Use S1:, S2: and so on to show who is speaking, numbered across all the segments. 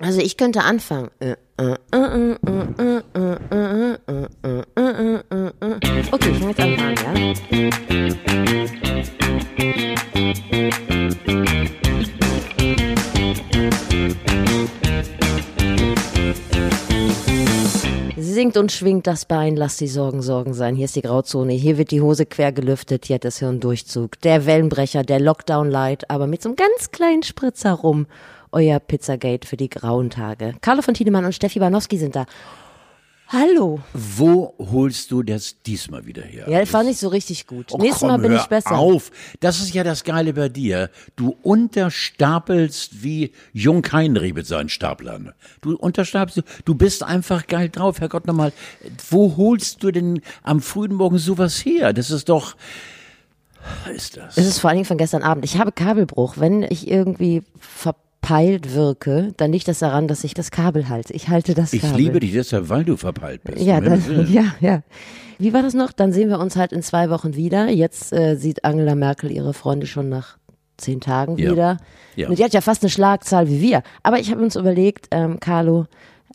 S1: Also ich könnte anfangen. Äh, äh, Okay, ich kann jetzt anfangen, ja? Singt und schwingt das Bein, lasst die Sorgen Sorgen sein. Hier ist die Grauzone, hier wird die Hose quer gelüftet, hier hat das Hirn Durchzug. Der Wellenbrecher, der Lockdown Light, aber mit so einem ganz kleinen Spritzer rum. Euer Pizzagate für die grauen Tage. Carlo von Tiedemann und Steffi Banowski sind da. Hallo.
S2: Wo holst du das diesmal wieder her?
S1: Ja, das war nicht so richtig gut.
S2: Oh,
S1: Nächstes
S2: komm,
S1: Mal bin
S2: hör
S1: ich besser.
S2: Auf, das ist ja das Geile bei dir. Du unterstapelst wie Jung Heinrich mit seinen Staplern. Du unterstapelst, du bist einfach geil drauf. Herrgott nochmal, wo holst du denn am frühen Morgen sowas her? Das ist doch, Was ist das?
S1: Es ist vor allen Dingen von gestern Abend. Ich habe Kabelbruch. Wenn ich irgendwie verpeilt wirke, dann liegt das daran, dass ich das Kabel halte. Ich halte das
S2: Ich
S1: Kabel.
S2: liebe dich deshalb, weil du verpeilt bist.
S1: Ja,
S2: Um Himmels Willen.
S1: dann, ja, ja. Wie war das noch? Dann sehen wir uns halt in zwei Wochen wieder. Jetzt äh, sieht Angela Merkel ihre Freunde schon nach zehn Tagen
S2: Ja.
S1: wieder.
S2: Ja.
S1: Und Die hat ja fast eine Schlagzahl wie wir. Aber ich habe uns überlegt, ähm, Carlo,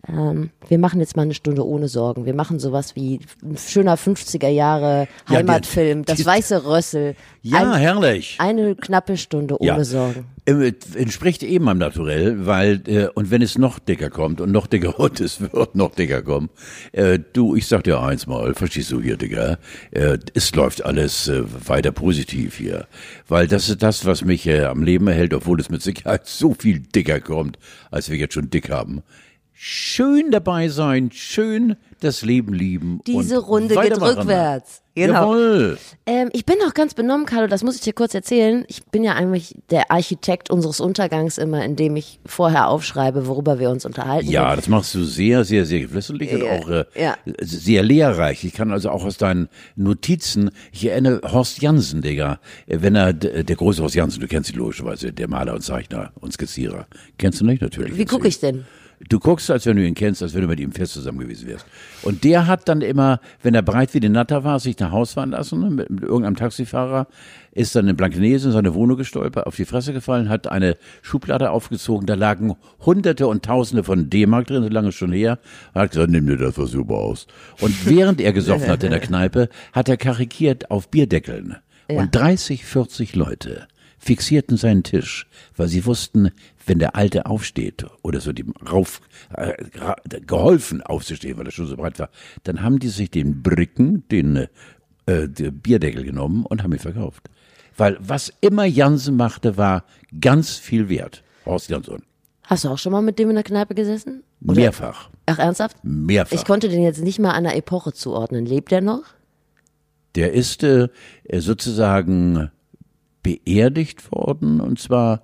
S1: ähm, wir machen jetzt mal eine Stunde ohne Sorgen. Wir machen sowas wie ein schöner 50er Jahre
S2: Ja, die-
S1: Heimatfilm, das
S2: die-
S1: weiße Rössel.
S2: ja
S1: ein,
S2: herrlich.
S1: eine knappe Stunde ohne Sorgen.
S2: Ähm, Entspricht eben am Naturell, weil, äh, und wenn es noch dicker kommt und noch dicker und es wird noch dicker kommen, äh, du, ich sag dir eins mal, verstehst du hier, Digga, äh, es läuft alles äh, weiter positiv hier. Weil das ist das, was mich äh, am Leben erhält, obwohl es mit Sicherheit so viel dicker kommt, als wir jetzt schon dick haben. Schön dabei sein, schön das Leben lieben.
S1: Diese
S2: und
S1: Runde geht
S2: weitermachen.
S1: rückwärts. Genau.
S2: Jawohl.
S1: Ähm, ich bin noch ganz benommen, Carlo, das muss ich dir kurz erzählen. Ich bin ja eigentlich der Architekt unseres Untergangs immer, indem ich vorher aufschreibe, worüber wir uns unterhalten.
S2: Ja,
S1: wollen.
S2: das machst du sehr, sehr, sehr geflissentlich und auch äh,
S1: ja.
S2: sehr lehrreich. Ich kann also auch aus deinen Notizen, ich erinnere Horst Jansen, Digga, äh, wenn er, d- der große Horst Jansen, du kennst ihn logischerweise, der Maler und Zeichner und Skizzierer. Kennst du nicht? Natürlich.
S1: Wie gucke ich denn?
S2: Du guckst, als wenn du ihn kennst, als wenn du mit ihm fest zusammen gewesen wärst. Und der hat dann immer, wenn er breit wie die Natter war, sich nach Haus fahren lassen, ne, mit, mit irgendeinem Taxifahrer, ist dann in Blankenese in seine Wohnung gestolpert, auf die Fresse gefallen, hat eine Schublade aufgezogen, da lagen Hunderte und Tausende von D-Mark drin, so lange schon her, und hat gesagt, nimm dir das, was super aus. Und während er gesoffen hat in der Kneipe, hat er karikiert auf Bierdeckeln.
S1: Ja.
S2: Und 30, 40 Leute fixierten seinen Tisch, weil sie wussten, wenn der Alte aufsteht oder so dem rauf äh, ra- geholfen aufzustehen, weil er schon so breit war, dann haben die sich den Bricken, den, äh, äh, den Bierdeckel genommen und haben ihn verkauft. Weil was immer Jansen machte, war ganz viel wert. Horst Jansson.
S1: Hast du auch schon mal mit dem in der Kneipe gesessen?
S2: Mehrfach.
S1: Ach, ernsthaft?
S2: Mehrfach.
S1: Ich konnte den jetzt nicht mal einer Epoche zuordnen. Lebt er noch?
S2: Der ist äh, sozusagen beerdigt worden und zwar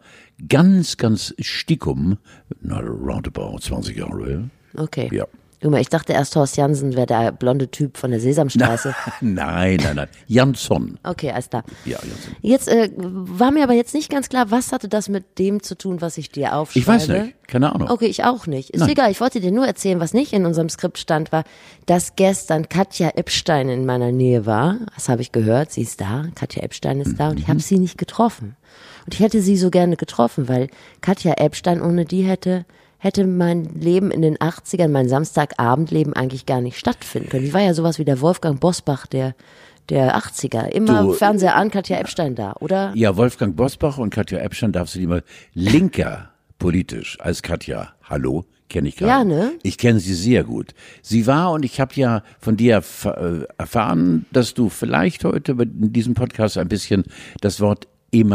S2: ganz, ganz stickum, na, roundabout 20 Jahre.
S1: Okay.
S2: Ja.
S1: Guck mal, ich dachte erst, Horst Jansen wäre der blonde Typ von der Sesamstraße.
S2: Nein, nein, nein. Jansson.
S1: Okay, alles klar.
S2: Ja, Jansson.
S1: Jetzt äh, war mir aber jetzt nicht ganz klar, was hatte das mit dem zu tun, was ich dir aufschreibe?
S2: Ich weiß nicht. Keine Ahnung.
S1: Okay, ich auch nicht. Ist
S2: Nein.
S1: egal, ich wollte dir nur erzählen, was nicht in unserem Skript stand, war, dass gestern Katja Epstein in meiner Nähe war. Das habe ich gehört, sie ist da, Katja Epstein ist da und ich
S2: Mhm.
S1: habe sie nicht getroffen. Und ich hätte sie so gerne getroffen, weil Katja Epstein ohne die hätte hätte mein Leben in den 80ern, mein Samstagabendleben eigentlich gar nicht stattfinden können. Die war ja sowas wie der Wolfgang Bosbach der der 80er. Immer
S2: Du-
S1: Fernseher an, Katja Epstein da, oder?
S2: Ja, Wolfgang Bosbach und Katja Epstein darfst du die mal linker politisch als Katja. Hallo, kenne ich gerade.
S1: Ja, ne?
S2: Ich kenne sie sehr gut. Sie war und ich habe ja von dir erf äh, erfahren, dass du vielleicht heute bei- in diesem Podcast ein bisschen das Wort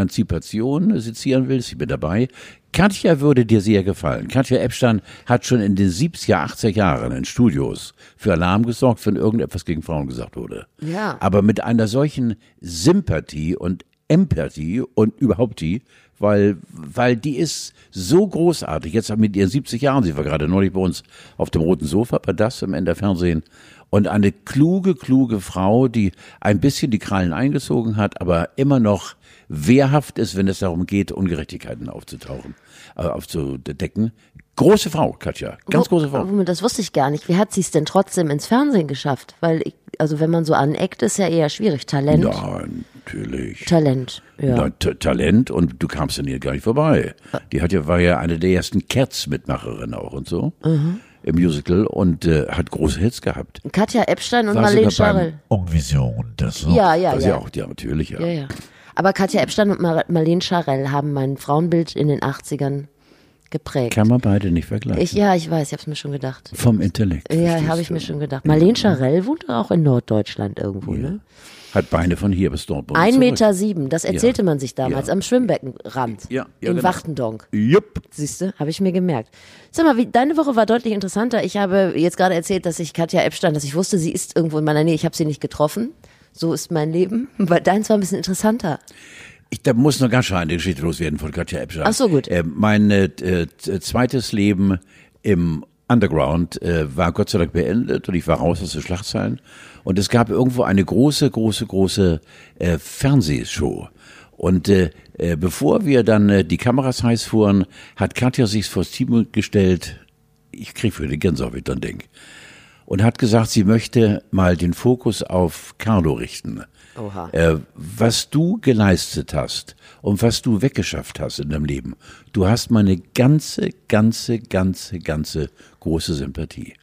S2: Emanzipation sezieren willst. Ich bin dabei. Katja würde dir sehr gefallen. Katja Epstein hat schon in den 70er, 80er Jahren in Studios für Alarm gesorgt, wenn irgendetwas gegen Frauen gesagt wurde.
S1: Ja.
S2: Aber mit einer solchen Sympathie und Empathie und überhaupt die, weil, weil die ist so großartig. Jetzt mit ihren 70 Jahren, sie war gerade neulich bei uns auf dem roten Sofa bei das im Ender Fernsehen. Und eine kluge, kluge Frau, die ein bisschen die Krallen eingezogen hat, aber immer noch wehrhaft ist, wenn es darum geht, Ungerechtigkeiten aufzutauchen, äh, aufzudecken. Große Frau, Katja. Ganz
S1: Wo-
S2: große Frau.
S1: Womit, das wusste ich gar nicht. Wie hat sie es denn trotzdem ins Fernsehen geschafft? Weil, ich, also wenn man so aneckt, ist ja eher schwierig. Talent.
S2: Nein, natürlich.
S1: Talent, ja.
S2: Na, Ta- Talent und du kamst an ihr gar nicht vorbei. Die hat ja, war ja eine der ersten Cats-Mitmacherinnen auch und so
S1: Mhm.
S2: im Musical und äh, hat große Hits gehabt.
S1: Katja Epstein und
S2: War
S1: Marlene
S2: sogar beim
S1: Scharrell.
S3: Envision, das
S1: Ja, ja,
S2: Das
S1: ja.
S2: ja auch, ja, natürlich, ja.
S1: Ja, ja. Aber Katja Epstein und Mar Marlene Scharell haben mein Frauenbild in den 80ern geprägt.
S2: Kann man beide nicht vergleichen.
S1: Ich, ja, ich weiß, ich hab's mir schon gedacht.
S2: Vom Intellekt.
S1: Ja,
S2: verstehst
S1: habe ich
S2: du.
S1: mir schon gedacht. Marlene Scharell wohnt auch in Norddeutschland irgendwo, ne?
S2: Hat Beine von hier bis dort.
S1: Ein Meter sieben, das erzählte
S2: Ja.
S1: man sich damals
S2: Ja.
S1: am Schwimmbeckenrand
S2: Ja, ja,
S1: in
S2: genau.
S1: Wachtendonk.
S2: Jupp.
S1: Siehste, habe ich mir gemerkt. Sag mal, wie, deine Woche war deutlich interessanter. Ich habe jetzt gerade erzählt, dass ich Katja Epstein, dass ich wusste, sie ist irgendwo in meiner Nähe. Ich habe sie nicht getroffen. So ist mein Leben. Weil deins war ein bisschen interessanter.
S2: Ich, da muss noch ganz schnell eine Geschichte loswerden von Katja Epstein.
S1: Ach so, gut.
S2: Äh, mein äh, t- äh, zweites Leben im Underground äh, war Gott sei Dank beendet und ich war raus aus den Schlagzeilen. Und es gab irgendwo eine große, große, große äh, Fernsehshow. Und äh, äh, bevor wir dann äh, die Kameras heiß fuhren, hat Katja sich vors Team gestellt. Ich krieg für die Gänsehaut, wenn ich dann denk. Und hat gesagt, sie möchte mal den Fokus auf Carlo richten
S1: Oha.
S2: äh, was du geleistet hast und was du weggeschafft hast in deinem Leben, du hast meine ganze, ganze, ganze, ganze große Sympathie.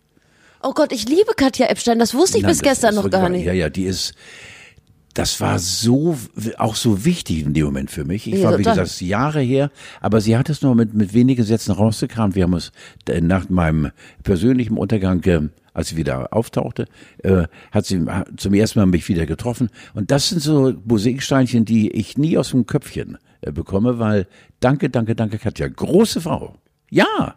S1: Oh Gott, ich liebe Katja Epstein. Das wusste ich
S2: Nein,
S1: bis
S2: das
S1: gestern
S2: ist
S1: noch
S2: wirklich
S1: gar
S2: wahr.
S1: nicht.
S2: Ja, ja, die ist. Das war so, auch so wichtig in dem Moment für mich. Ich
S1: Ja,
S2: war, wie
S1: total.
S2: gesagt, Jahre her, aber sie hat es nur mit, mit wenigen Sätzen rausgekramt. Wir haben uns äh, nach meinem persönlichen Untergang, äh, als sie wieder auftauchte, äh, hat sie ha- zum ersten Mal mich wieder getroffen. Und das sind so Mosaiksteinchen, die ich nie aus dem Köpfchen äh, bekomme, weil danke, danke, danke, Katja. Große Frau. Ja,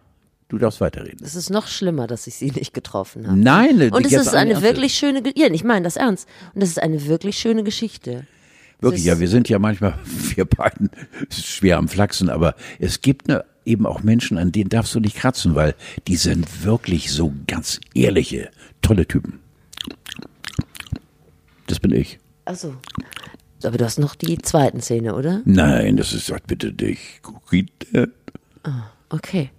S2: du darfst weiterreden.
S1: Es ist noch schlimmer, dass ich sie nicht getroffen habe.
S2: Nein,
S1: Und es
S2: jetzt
S1: ist
S2: alle
S1: eine
S2: ernsthaft.
S1: wirklich schöne, Ge- ja, ich meine das ernst. Und es ist eine wirklich schöne Geschichte.
S2: Wirklich,
S1: Das-
S2: ja, wir sind ja manchmal, wir beiden, schwer am Flachsen, aber es gibt ne, eben auch Menschen, an denen darfst du nicht kratzen, weil die sind wirklich so ganz ehrliche, tolle Typen. Das bin ich.
S1: Achso. Aber du hast noch die zweiten Szene, oder?
S2: Nein, das ist, sagt bitte dich. Kokette.
S1: Okay.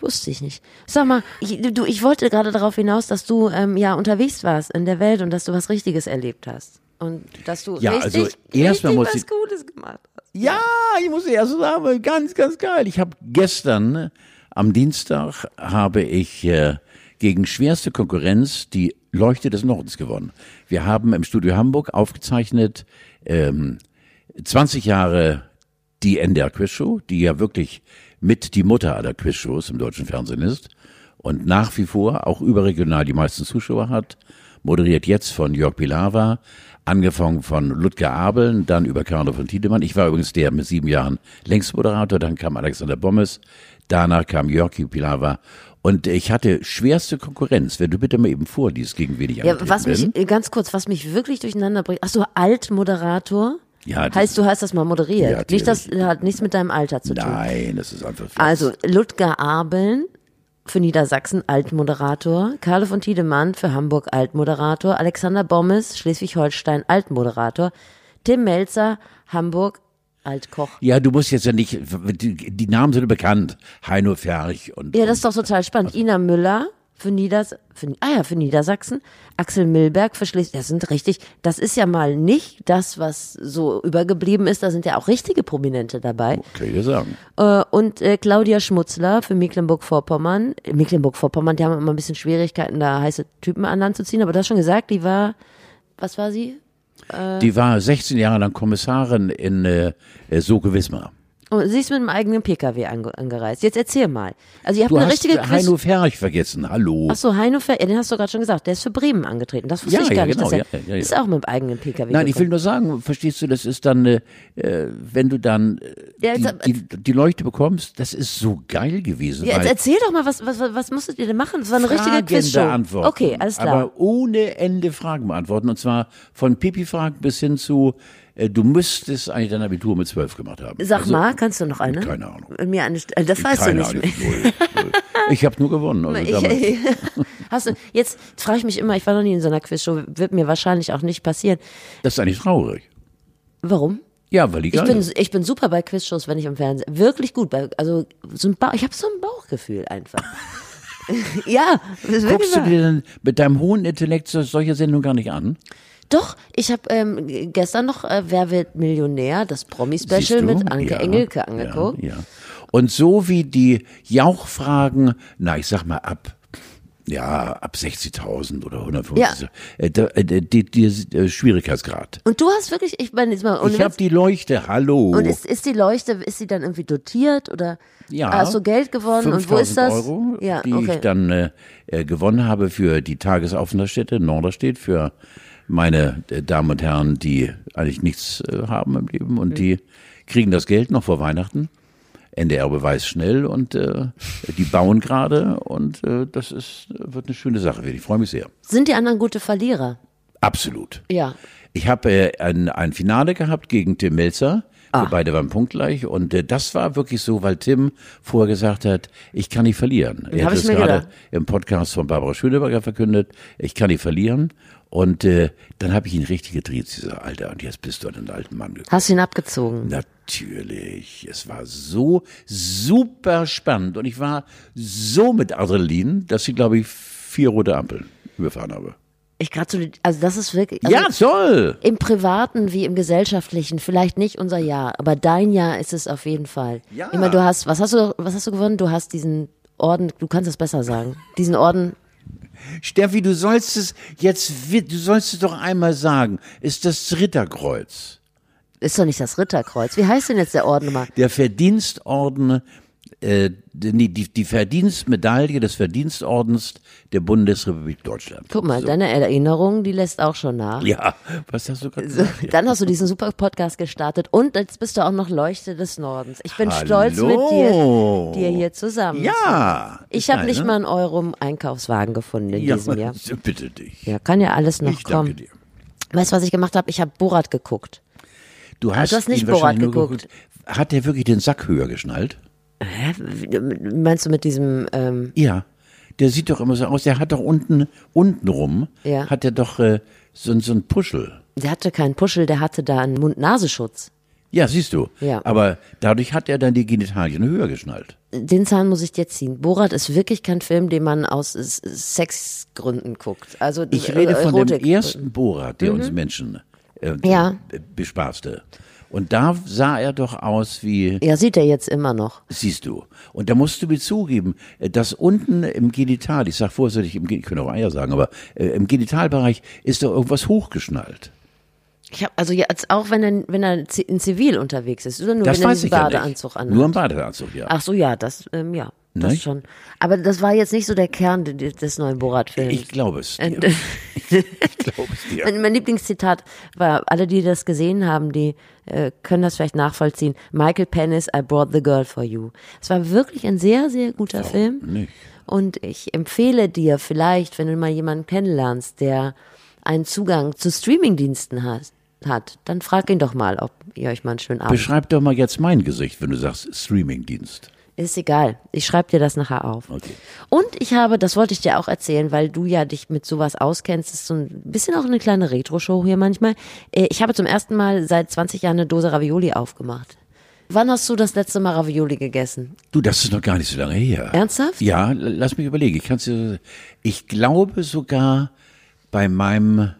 S1: Wusste ich nicht. Sag mal, ich, du, ich wollte gerade darauf hinaus, dass du ähm, ja unterwegs warst in der Welt und dass du was Richtiges erlebt hast. Und dass du
S2: Ja,
S1: richtig,
S2: also erstmal
S1: richtig
S2: muss
S1: was
S2: ich-
S1: Gutes gemacht hast.
S2: Ja, ich muss erst sagen, ganz, ganz geil. Ich habe gestern, ne, am Dienstag, habe ich äh, gegen schwerste Konkurrenz die Leuchte des Nordens gewonnen. Wir haben im Studio Hamburg aufgezeichnet ähm, 20 Jahre die NDR Quizshow, die ja wirklich mit die Mutter aller Quizshows im deutschen Fernsehen ist und nach wie vor auch überregional die meisten Zuschauer hat, moderiert jetzt von Jörg Pilawa, angefangen von Ludger Abeln, dann über Carlo von Tiedemann. Ich war übrigens der mit sieben Jahren Längsmoderator, dann kam Alexander Bommes, danach kam Jörg Pilawa und ich hatte schwerste Konkurrenz. Wenn du bitte mal eben vorliest, gegen wen ich
S1: Ja,
S2: angetreten
S1: was mich,
S2: bin.
S1: äh, ganz kurz, was mich wirklich durcheinander bringt. Achso, Altmoderator?
S2: Ja, das-
S1: heißt, du hast das mal moderiert.
S2: Ja,
S1: nicht, das hat nichts mit deinem Alter zu tun.
S2: Nein, das ist einfach Flaps.
S1: Also Ludger Abeln für Niedersachsen Altmoderator, Karl von Tiedemann für Hamburg Altmoderator, Alexander Bommes Schleswig-Holstein Altmoderator, Tim Melzer Hamburg Altkoch.
S2: Ja, du musst jetzt ja nicht, die, die Namen sind ja bekannt. Heino Ferch und.
S1: Ja, das ist doch total spannend. Ina Müller für Nieders für, ah ja, für Niedersachsen, Axel Milberg für Schleswig. Das sind richtig, das ist ja mal nicht das, was so übergeblieben ist, da sind ja auch richtige Prominente dabei.
S2: Kann ich dir sagen.
S1: Äh, und äh, Claudia Schmutzler für Mecklenburg-Vorpommern. Äh, Mecklenburg-Vorpommern, die haben immer ein bisschen Schwierigkeiten, da heiße Typen an Land zu ziehen. Aber du hast schon gesagt, die war, was war sie? Äh.
S2: Die war 16 Jahre lang Kommissarin in äh, äh, Soke Wismar.
S1: Oh, sie ist mit einem eigenen Pkw ange angereist. Jetzt erzähl mal. Also ihr habt
S2: Du
S1: eine
S2: hast äh,
S1: richtige Quiz.
S2: Heino Ferch vergessen. Hallo.
S1: Achso, Heino Fer, ja, den hast du gerade schon gesagt. Der ist für Bremen angetreten. Das wusste
S2: Ja,
S1: ich gar
S2: ja,
S1: nicht.
S2: genau,
S1: dass er,
S2: ja, ja, ja.
S1: Ist auch mit einem eigenen Pkw.
S2: Nein, ich will
S1: gekommen.
S2: nur sagen, verstehst du, das ist dann, äh, äh, wenn du dann äh,
S1: Ja,
S2: die,
S1: jetzt ab-
S2: die, die Leuchte bekommst, das ist so geil gewesen.
S1: ja,
S2: weil
S1: jetzt erzähl doch mal, was, was, was musstet ihr denn machen? Das war eine richtige
S2: Fragen
S1: Quizshow.
S2: beantworten.
S1: Okay, alles klar.
S2: Aber ohne Ende Fragen beantworten. Und zwar von Pipi-Fragen bis hin zu, äh, du müsstest eigentlich dein Abitur mit 12 gemacht haben.
S1: Sag
S2: Also-
S1: mal, kannst du noch eine?
S2: Keine Ahnung.
S1: Mir eine, St- äh, das weißt
S2: Keine
S1: du nicht
S2: Ahnung.
S1: mehr.
S2: Null, null. Ich habe nur gewonnen. Also damals.
S1: Ich, hast du, jetzt frage ich mich immer, ich war noch nie in so einer Quizshow, wird mir wahrscheinlich auch nicht passieren.
S2: Das ist eigentlich traurig.
S1: Warum?
S2: Ja, weil die
S1: Ich
S2: geil
S1: bin,
S2: ist.
S1: ich bin super bei Quizshows, wenn ich im Fernsehen. Wirklich gut. Bei, also so ein Bauch, ich habe so ein Bauchgefühl einfach. ja, das ist wirklich
S2: Guckst du
S1: wahr.
S2: dir denn mit deinem hohen Intellekt so- solche Sendungen gar nicht an?
S1: Doch, ich habe ähm, gestern noch äh, Wer wird Millionär, das Promi-Special
S2: Siehst du?
S1: mit Anke
S2: Ja,
S1: Engelke angeguckt.
S2: Ja, ja. Und so wie die Jauchfragen, na, ich sag mal ab. Ja, ab 60.000 oder 150.
S1: Ja.
S2: Äh, da, äh, die, die, der Schwierigkeitsgrad.
S1: Und du hast wirklich, ich meine, jetzt mal, ohne
S2: ich habe
S1: Witz.
S2: die Leuchte, hallo.
S1: und ist, ist die Leuchte, ist sie dann irgendwie dotiert oder
S2: Ja.
S1: Ah, hast du Geld gewonnen und wo ist
S2: 5.000
S1: das?
S2: Euro,
S1: ja,
S2: die
S1: okay.
S2: ich dann äh, äh, gewonnen habe für die Tagesaufenthaltsstätte in Norderstedt, für meine äh, Damen und Herren, die eigentlich nichts äh, haben im Leben und die kriegen das Geld noch vor Weihnachten. NDR beweist schnell und äh, die bauen gerade und äh, das ist, wird eine schöne Sache. werden. Ich freue mich sehr.
S1: Sind die anderen gute Verlierer?
S2: Absolut.
S1: Ja.
S2: Ich habe äh, ein, ein Finale gehabt gegen Tim Melzer.
S1: Ah.
S2: Wir beide waren punktgleich. Und äh, das war wirklich so, weil Tim vorher gesagt hat, ich kann nicht verlieren. Er
S1: hab
S2: hat
S1: ich
S2: es
S1: mir
S2: gerade
S1: gedacht.
S2: im Podcast von Barbara Schöneberger verkündet, ich kann nicht verlieren. Und äh, dann habe ich ihn richtig gedreht, dieser Alter. Und jetzt bist du an den alten Mann gekommen.
S1: Hast du ihn abgezogen?
S2: Natürlich. Es war so super spannend. Und ich war so mit Adrenalin, dass ich, glaube ich, vier rote Ampeln überfahren habe.
S1: Ich gratuliere, also das ist wirklich. Also
S2: ja, toll!
S1: Im Privaten wie im Gesellschaftlichen, vielleicht nicht unser Jahr, aber dein Jahr ist es auf jeden Fall.
S2: Ja.
S1: Immer du hast, was hast du, was hast du gewonnen? Du hast diesen Orden, du kannst das besser sagen. Diesen Orden,
S2: Steffi, du sollst es jetzt, wi- du sollst es doch einmal sagen. Ist das Ritterkreuz,
S1: ist doch nicht das Ritterkreuz. Wie heißt denn jetzt der Orden nochmal?
S2: der Verdienstorden, äh, die, die, die Verdienstmedaille des Verdienstordens der Bundesrepublik Deutschland.
S1: Guck mal, deine Erinnerung, die lässt auch schon nach.
S2: Ja, was hast du gerade gesagt?
S1: Dann hast du diesen super Podcast gestartet und jetzt bist du auch noch Leuchte des Nordens. Ich bin
S2: Hallo.
S1: stolz mit dir, dir hier zusammen.
S2: Ja,
S1: Ich habe nicht mal einen Euro im Einkaufswagen gefunden in
S2: ne? ja,
S1: diesem Jahr.
S2: Bitte dich.
S1: Ja, kann ja alles noch
S2: ich
S1: kommen.
S2: danke dir.
S1: Weißt du, was ich gemacht habe? Ich habe Borat geguckt.
S2: Du hast,
S1: du hast nicht
S2: ihn wahrscheinlich
S1: Borat
S2: nur
S1: geguckt.
S2: Hat der wirklich den Sack höher geschnallt?
S1: Hä? Wie- Meinst du mit diesem, ähm,
S2: Ja, der sieht doch immer so aus. Der hat doch unten, unten rum,
S1: Ja.
S2: hat er doch äh, so, so ein Puschel.
S1: der hatte keinen Puschel, der hatte da einen Mund-Nasenschutz.
S2: Ja, siehst du.
S1: Ja.
S2: Aber dadurch hat er dann die Genitalien höher geschnallt.
S1: Den Zahn muss ich dir ziehen. Borat ist wirklich kein Film, den man aus äh, Sexgründen guckt. Also
S2: Ich rede von
S1: Erotik. Mhm.
S2: dem ersten Borat, der uns Menschen äh,
S1: Ja.
S2: b- bespaßte. Und da sah er doch aus wie,
S1: Ja, sieht er jetzt immer noch.
S2: siehst du. Und da musst du mir zugeben, äh, dass unten im Genital, ich sag vorsichtig, im, Ge- ich könnte auch Eier sagen, aber äh, im Genitalbereich ist doch irgendwas hochgeschnallt.
S1: Ich hab, also jetzt auch wenn er, wenn er zi- in Zivil unterwegs ist, oder nur
S2: Das
S1: wenn er
S2: weiß
S1: einen
S2: ich ja nicht.
S1: Badeanzug an.
S2: Nur im Badeanzug, ja.
S1: Ach so, ja, das, ähm, ja, das
S2: Ne?
S1: schon. Aber das war jetzt nicht so der Kern de- de- des neuen Borat-Films.
S2: Ich glaube es. Dir. ich glaube es dir.
S1: Mein, mein Lieblingszitat war, alle, die das gesehen haben, die äh, können das vielleicht nachvollziehen. Michael Pennis, I brought the girl for you. Es war wirklich ein sehr, sehr guter Film.
S2: nicht?
S1: Und ich empfehle dir vielleicht, wenn du mal jemanden kennenlernst, der einen Zugang zu Streamingdiensten hat, hat, dann frag ihn doch mal, ob ihr euch mal einen schönen Abend.
S2: Beschreib doch mal jetzt mein Gesicht, wenn du sagst Streamingdienst.
S1: Ist egal. Ich schreibe dir das nachher auf.
S2: Okay.
S1: Und ich habe, das wollte ich dir auch erzählen, weil du ja dich mit sowas auskennst, ist so ein bisschen auch eine kleine Retro-Show hier manchmal. Äh, Ich habe zum ersten Mal seit 20 Jahren eine Dose Ravioli aufgemacht. Wann hast du das letzte Mal Ravioli gegessen?
S2: Du, das ist noch gar nicht so lange her.
S1: Ernsthaft?
S2: Ja, l- lass mich überlegen. Ich, kann's dir, ich glaube sogar bei meinem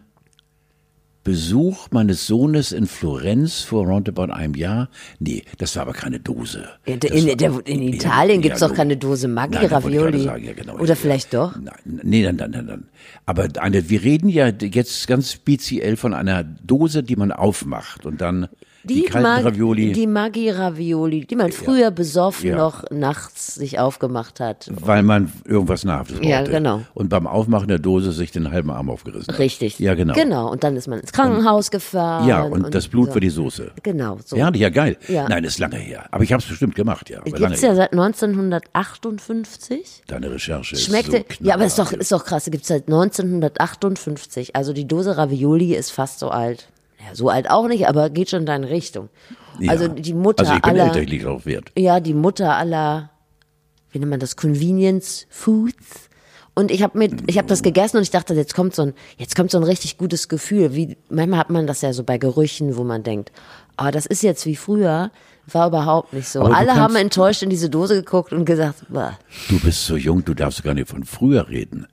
S2: Besuch meines Sohnes in Florenz vor roundabout einem Jahr. Nee, das war aber keine Dose.
S1: In,
S2: Das
S1: in,
S2: war-
S1: der, in Italien
S2: Ja,
S1: gibt's doch
S2: ja,
S1: keine Dose Maggi
S2: Nein, das wollte ich gerade
S1: Ravioli.
S2: sagen, ja, genau.
S1: Oder
S2: Ja,
S1: vielleicht doch?
S2: Nein, nee, nein, nein, nein, nein. Aber eine, wir reden ja jetzt ganz speziell von einer Dose, die man aufmacht und dann die, kalten
S1: Mag-
S2: Ravioli,
S1: Die Maggi Ravioli, die man früher besoffen
S2: Ja.
S1: noch nachts sich aufgemacht hat.
S2: weil man irgendwas Nahrhaftes brauchte.
S1: Ja, genau.
S2: Und beim Aufmachen der Dose sich den halben Arm aufgerissen hat.
S1: Richtig.
S2: Ja, genau.
S1: Genau. Und dann ist man ins Krankenhaus gefahren.
S2: Ja, und, das Blut
S1: so.
S2: für die Soße.
S1: Genau, so.
S2: Ja, ja, geil.
S1: Ja.
S2: Nein, ist lange her. Aber ich habe es bestimmt gemacht, ja. Aber lange
S1: Gibt's
S2: her.
S1: ja seit 1958.
S2: Deine Recherche
S1: Schmeckte,
S2: ist so
S1: ja, aber ist doch,
S2: knallhart.
S1: ist doch krass. Gibt's seit 1958. Also die Dose Ravioli ist fast so alt. Ja, so alt auch nicht, aber geht schon in deine Richtung.
S2: Ja.
S1: Also die Mutter
S2: Also ich bin
S1: aller,
S2: älter, ich liege drauf Wert.
S1: ja, die Mutter aller, wie nennt man das, Convenience Foods. Und ich habe mir, ich habe das gegessen und ich dachte, jetzt kommt so ein, jetzt kommt so ein richtig gutes Gefühl. Wie manchmal hat man das ja so bei Gerüchen, wo man denkt, ah, das ist jetzt wie früher, war überhaupt nicht so.
S2: Aber du
S1: Alle haben
S2: kannst-
S1: enttäuscht in diese Dose geguckt und gesagt, bah.
S2: Du bist so jung, du darfst gar nicht von früher reden.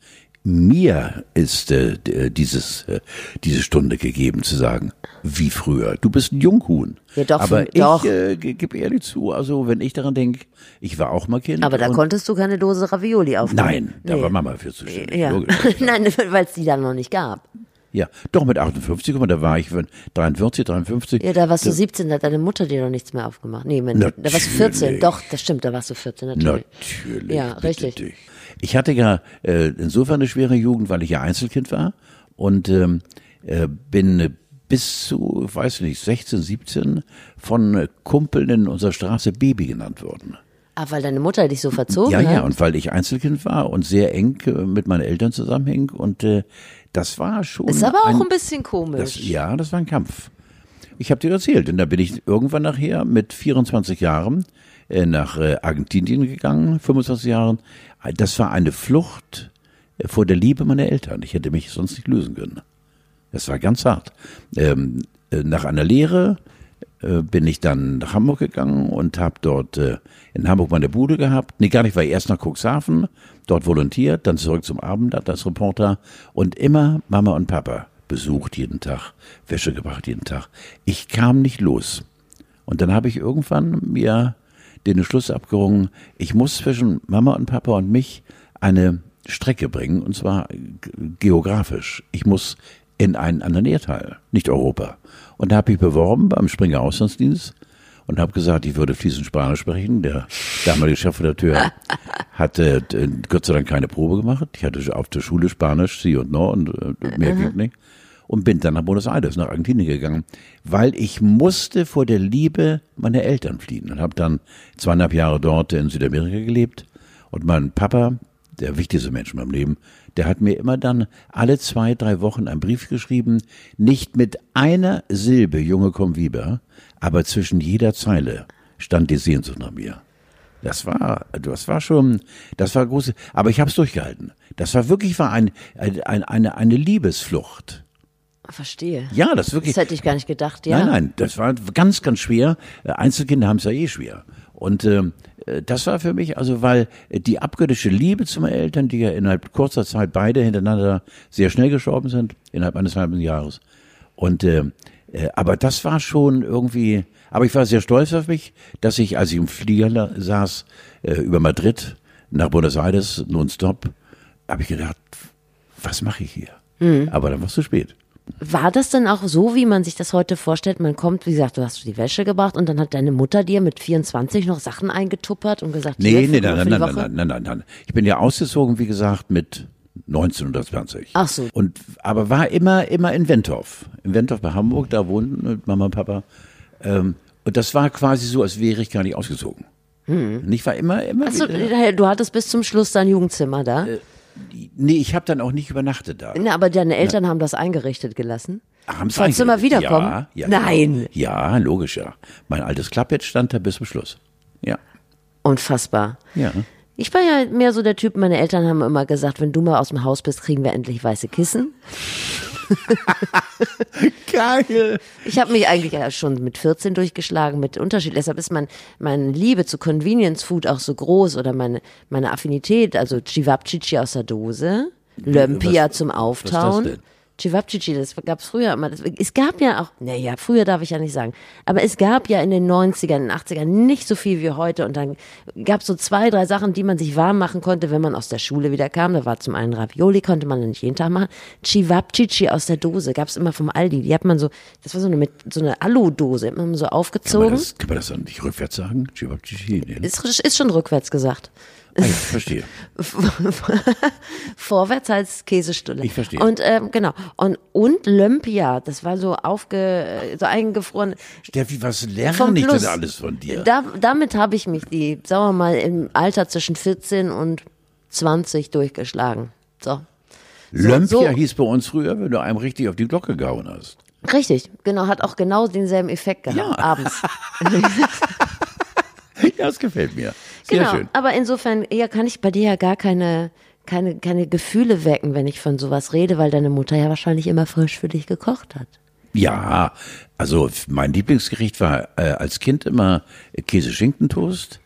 S2: mir ist äh, d- dieses, äh, diese Stunde gegeben, zu sagen, wie früher. Du bist ein Junghuhn.
S1: Ja, doch, für-
S2: Aber
S1: doch.
S2: ich äh, ge- gebe ehrlich zu, also wenn ich daran denke, ich war auch mal Kind.
S1: Aber da
S2: und-
S1: konntest du keine Dose Ravioli aufnehmen.
S2: Nein, da
S1: Nee.
S2: war Mama für zuständig.
S1: Ja.
S2: Logisch.
S1: Nein, weil es die dann noch nicht gab.
S2: Ja, doch mit 58, guck mal, da war ich von 43, 53.
S1: Ja, da warst du 17, da hat deine Mutter dir noch nichts mehr aufgemacht. Nee, Mann, da warst du 14.
S2: Natürlich.
S1: Doch, das stimmt, da warst du 14, natürlich.
S2: Natürlich.
S1: Ja,
S2: bitte
S1: richtig.
S2: dich. Ich hatte ja äh, insofern eine schwere Jugend, weil ich ja Einzelkind war und ähm, äh, bin äh, bis zu, weiß nicht, 16, 17 von äh, Kumpeln in unserer Straße Baby genannt worden.
S1: Ah, weil deine Mutter dich so verzogen
S2: Ja,
S1: hat?
S2: ja, und weil ich Einzelkind war und sehr eng äh, mit meinen Eltern zusammenhing und äh, das war schon.
S1: Ist aber auch
S2: ein
S1: ein bisschen
S2: das,
S1: komisch.
S2: ja, das war ein Kampf. Ich habe dir erzählt, und da bin ich irgendwann nachher mit 24 Jahren äh, nach äh, Argentinien gegangen, 25 Jahren. Äh, Das war eine Flucht äh, vor der Liebe meiner Eltern. Ich hätte mich sonst nicht lösen können. Das war ganz hart. Ähm, äh, nach einer Lehre äh, bin ich dann nach Hamburg gegangen und habe dort äh, in Hamburg meine Bude gehabt. Nee, gar nicht, war ich erst nach Cuxhaven, dort volontiert, dann zurück zum Abendblatt als Reporter und immer Mama und Papa besucht jeden Tag, Wäsche gebracht jeden Tag. Ich kam nicht los. Und dann habe ich irgendwann mir den Schluss abgerungen, ich muss zwischen Mama und Papa und mich eine Strecke bringen, und zwar ge- geografisch. Ich muss in einen anderen Erdteil, nicht Europa. Und da habe ich beworben beim Springer Auslandsdienst und habe gesagt, ich würde fließend Spanisch sprechen. Der damalige Chefredakteur hatte äh, Gott sei Dank keine Probe gemacht. Ich hatte auf der Schule Spanisch, Sie und No und äh, mehr ging nicht. Und bin dann nach Buenos Aires, nach Argentinien gegangen, weil ich musste vor der Liebe meiner Eltern fliehen und habe dann zweieinhalb Jahre dort in Südamerika gelebt. Und mein Papa, der wichtigste Mensch in meinem Leben, der hat mir immer dann alle zwei, drei Wochen einen Brief geschrieben, nicht mit einer Silbe, Junge, komm wieder, aber zwischen jeder Zeile stand die Sehnsucht nach mir. Das war, das war schon, das war große, aber ich habe es durchgehalten. Das war wirklich war ein, ein, ein- eine, eine Liebesflucht.
S1: Verstehe.
S2: Ja, das wirklich.
S1: Das hätte ich gar nicht gedacht, ja.
S2: Nein, nein, das war ganz, ganz schwer. Äh, Einzelkinder haben es ja eh schwer. Und ähm, äh, das war für mich, also weil äh, die abgöttische Liebe zu meinen Eltern, die ja innerhalb kurzer Zeit beide hintereinander sehr schnell gestorben sind, innerhalb eines halben Jahres. Und ähm, äh, aber das war schon irgendwie, aber ich war sehr stolz auf mich, dass ich, als ich im Flieger la- saß, äh, über Madrid nach Buenos Aires, nonstop, habe ich gedacht, was mache ich hier? Aber dann war es zu spät.
S1: War das denn auch so, wie man sich das heute vorstellt? Man kommt, wie gesagt, du hast die Wäsche gebracht und dann hat deine Mutter dir mit 24 noch Sachen eingetuppert und gesagt,
S2: Nee,
S1: hier,
S2: nee,
S1: für- für
S2: nein,
S1: die
S2: nein, nein,
S1: Woche?
S2: nein, nein, nein, nein. Ich bin ja ausgezogen, wie gesagt, mit 1920.
S1: Ach so.
S2: Und, aber war immer, immer in Wentorf. In Wentorf bei Hamburg, da wohnten mit Mama und Papa. Ähm, und das war quasi so, als wäre ich gar nicht ausgezogen.
S1: Hm.
S2: Und ich war immer, immer.
S1: Achso,
S2: wieder-
S1: daher, Also, äh, du hattest bis zum Schluss dein Jugendzimmer da.
S2: Äh. nee, ich habe dann auch nicht übernachtet da.
S1: Na, aber deine Eltern haben das eingerichtet gelassen.
S2: Haben's
S1: Wolltest du mal
S2: eingeredet.
S1: wiederkommen?
S2: Ja, ja,
S1: Nein.
S2: Ja, logisch, ja. Mein altes Klappbett stand da bis zum Schluss. Ja,
S1: Unfassbar.
S2: ja.
S1: Ich war ja mehr so der Typ, meine Eltern haben immer gesagt, wenn du mal aus dem Haus bist, kriegen wir endlich weiße Kissen.
S2: Geil.
S1: Ich habe mich eigentlich ja schon mit 14 durchgeschlagen, mit Unterschied. Deshalb ist mein, meine Liebe zu Convenience Food auch so groß oder meine, meine Affinität, also Cevapcici aus der Dose, Lömpia
S2: was-
S1: zum
S2: das
S1: Auftauen.
S2: denn?
S1: Cevapcici, das gab's früher immer. Das, es gab ja auch, naja, früher darf ich ja nicht sagen, aber es gab ja in den 90ern, in den 80ern nicht so viel wie heute und dann gab's so zwei, drei Sachen, die man sich warm machen konnte, wenn man aus der Schule wieder kam. Da war zum einen Ravioli, konnte man dann nicht jeden Tag machen. Cevapcici aus der Dose gab's immer vom Aldi. Die hat man so, das war so eine, mit, so eine Alu-Dose, hat man so
S2: Kann man
S1: aufgezogen.
S2: das, kann man das dann nicht rückwärts sagen? Chibabchichi, nee. ne?
S1: Ist, ist schon rückwärts gesagt.
S2: Ah, ja, verstehe.
S1: Vorwärts als Käsestulle.
S2: Ich verstehe.
S1: Und ähm, genau. Und, und Lömpia, das war so aufge, so eingefroren.
S2: Steffi, was lerne
S1: Vom
S2: ich
S1: Plus.
S2: denn alles von dir?
S1: Da, damit habe ich mich die, sagen wir mal, im Alter zwischen 14 und 20 durchgeschlagen. So.
S2: Lömpia
S1: so.
S2: hieß bei uns früher, wenn du einem richtig auf die Glocke gehauen hast.
S1: Richtig, genau, hat auch genau denselben Effekt gehabt,
S2: Ja.
S1: abends.
S2: Das gefällt mir. Sehr
S1: genau.
S2: schön.
S1: Aber insofern, ja, kann ich bei dir ja gar keine, keine, keine Gefühle wecken, wenn ich von sowas rede, weil deine Mutter ja wahrscheinlich immer frisch für dich gekocht hat.
S2: Ja, also mein Lieblingsgericht war äh, als Kind immer Käse-Schinkentoast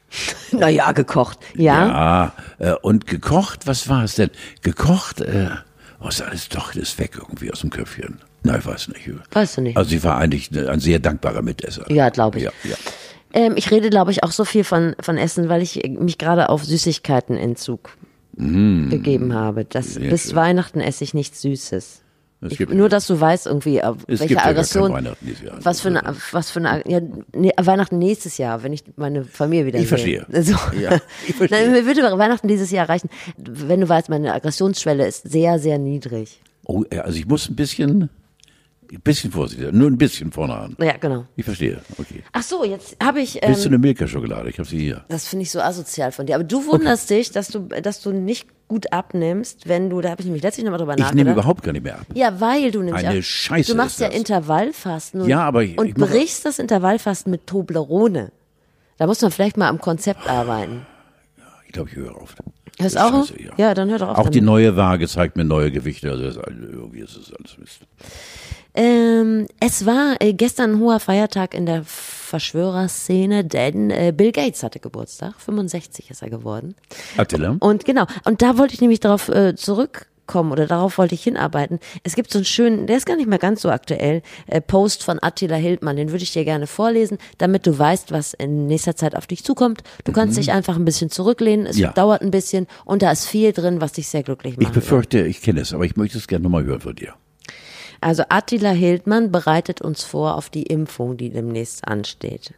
S1: Naja, gekocht. Ja.
S2: Ja, äh, und gekocht, was war es denn? Gekocht, äh, oh, ist alles doch, ist weg irgendwie aus dem Köpfchen. Nein, ich weiß nicht.
S1: Weißt du nicht.
S2: Also sie war eigentlich ne- ein sehr dankbarer Mitesser.
S1: Ja, glaube ich.
S2: Ja, ja.
S1: Ähm, ich rede, glaube ich, auch so viel von, von Essen, weil ich mich gerade auf Süßigkeitenentzug begeben habe. Das, bis
S2: Mm. schön.
S1: Weihnachten esse ich nichts Süßes.
S2: Es
S1: Ich,
S2: gibt-
S1: nur, dass du weißt irgendwie, auf
S2: Es
S1: welche
S2: gibt ja gar kein
S1: Aggression,
S2: Weihnachten dieses Jahr.
S1: was für eine, was für eine, ja, nee, Weihnachten nächstes Jahr, wenn ich meine Familie wieder
S2: Ich
S1: sehe.
S2: verstehe.
S1: So.
S2: Ja, ich verstehe.
S1: Nein, mir würde Weihnachten dieses Jahr reichen, wenn du weißt, meine Aggressionsschwelle ist sehr, sehr niedrig.
S2: Oh, ja, also ich muss ein bisschen, ein bisschen vorsichtiger, nur ein bisschen vorne an.
S1: Ja, genau.
S2: Ich verstehe, okay.
S1: Ach so, jetzt habe ich, ähm,
S2: Willst du eine Milka-Schokolade? Ich habe sie hier.
S1: Das finde ich so asozial von dir. Aber du wunderst dich, dass du, dass du nicht gut abnimmst, wenn du, da habe ich nämlich letztlich nochmal drüber
S2: Ich nehme
S1: nachgedacht.
S2: überhaupt gar nicht mehr ab.
S1: ja, weil du nämlich
S2: Eine
S1: auch-
S2: Scheiße
S1: Du machst
S2: ist
S1: ja
S2: das.
S1: Intervallfasten und,
S2: Ja, aber ich-
S1: und
S2: ich mache-
S1: brichst das Intervallfasten mit Toblerone. Da muss man vielleicht mal am Konzept arbeiten.
S2: Ich glaube, ich höre auf.
S1: Hörst
S2: Das ist
S1: auch auf?
S2: scheiße, ja.
S1: Ja, dann hör doch auf
S2: Auch die
S1: damit.
S2: neue Waage zeigt mir neue Gewichte. Also das, ist alles- irgendwie ist es alles Mist.
S1: Ähm, es war äh, gestern ein hoher Feiertag in der Verschwörerszene, denn äh, Bill Gates hatte Geburtstag. 65 ist er geworden.
S2: Attila?
S1: Und genau, und da wollte ich nämlich darauf äh, zurückkommen oder darauf wollte ich hinarbeiten. Es gibt so einen schönen, der ist gar nicht mehr ganz so aktuell, äh, Post von Attila Hildmann, den würde ich dir gerne vorlesen, damit du weißt, was in nächster Zeit auf dich zukommt. Du kannst dich einfach ein bisschen zurücklehnen, es
S2: Mhm. Ja.
S1: dauert ein bisschen und da ist viel drin, was dich sehr glücklich
S2: Ich
S1: macht.
S2: befürchte, ich kenne es, aber ich möchte es gerne nochmal hören von dir.
S1: Also Attila Hildmann bereitet uns vor auf die Impfung, die demnächst ansteht.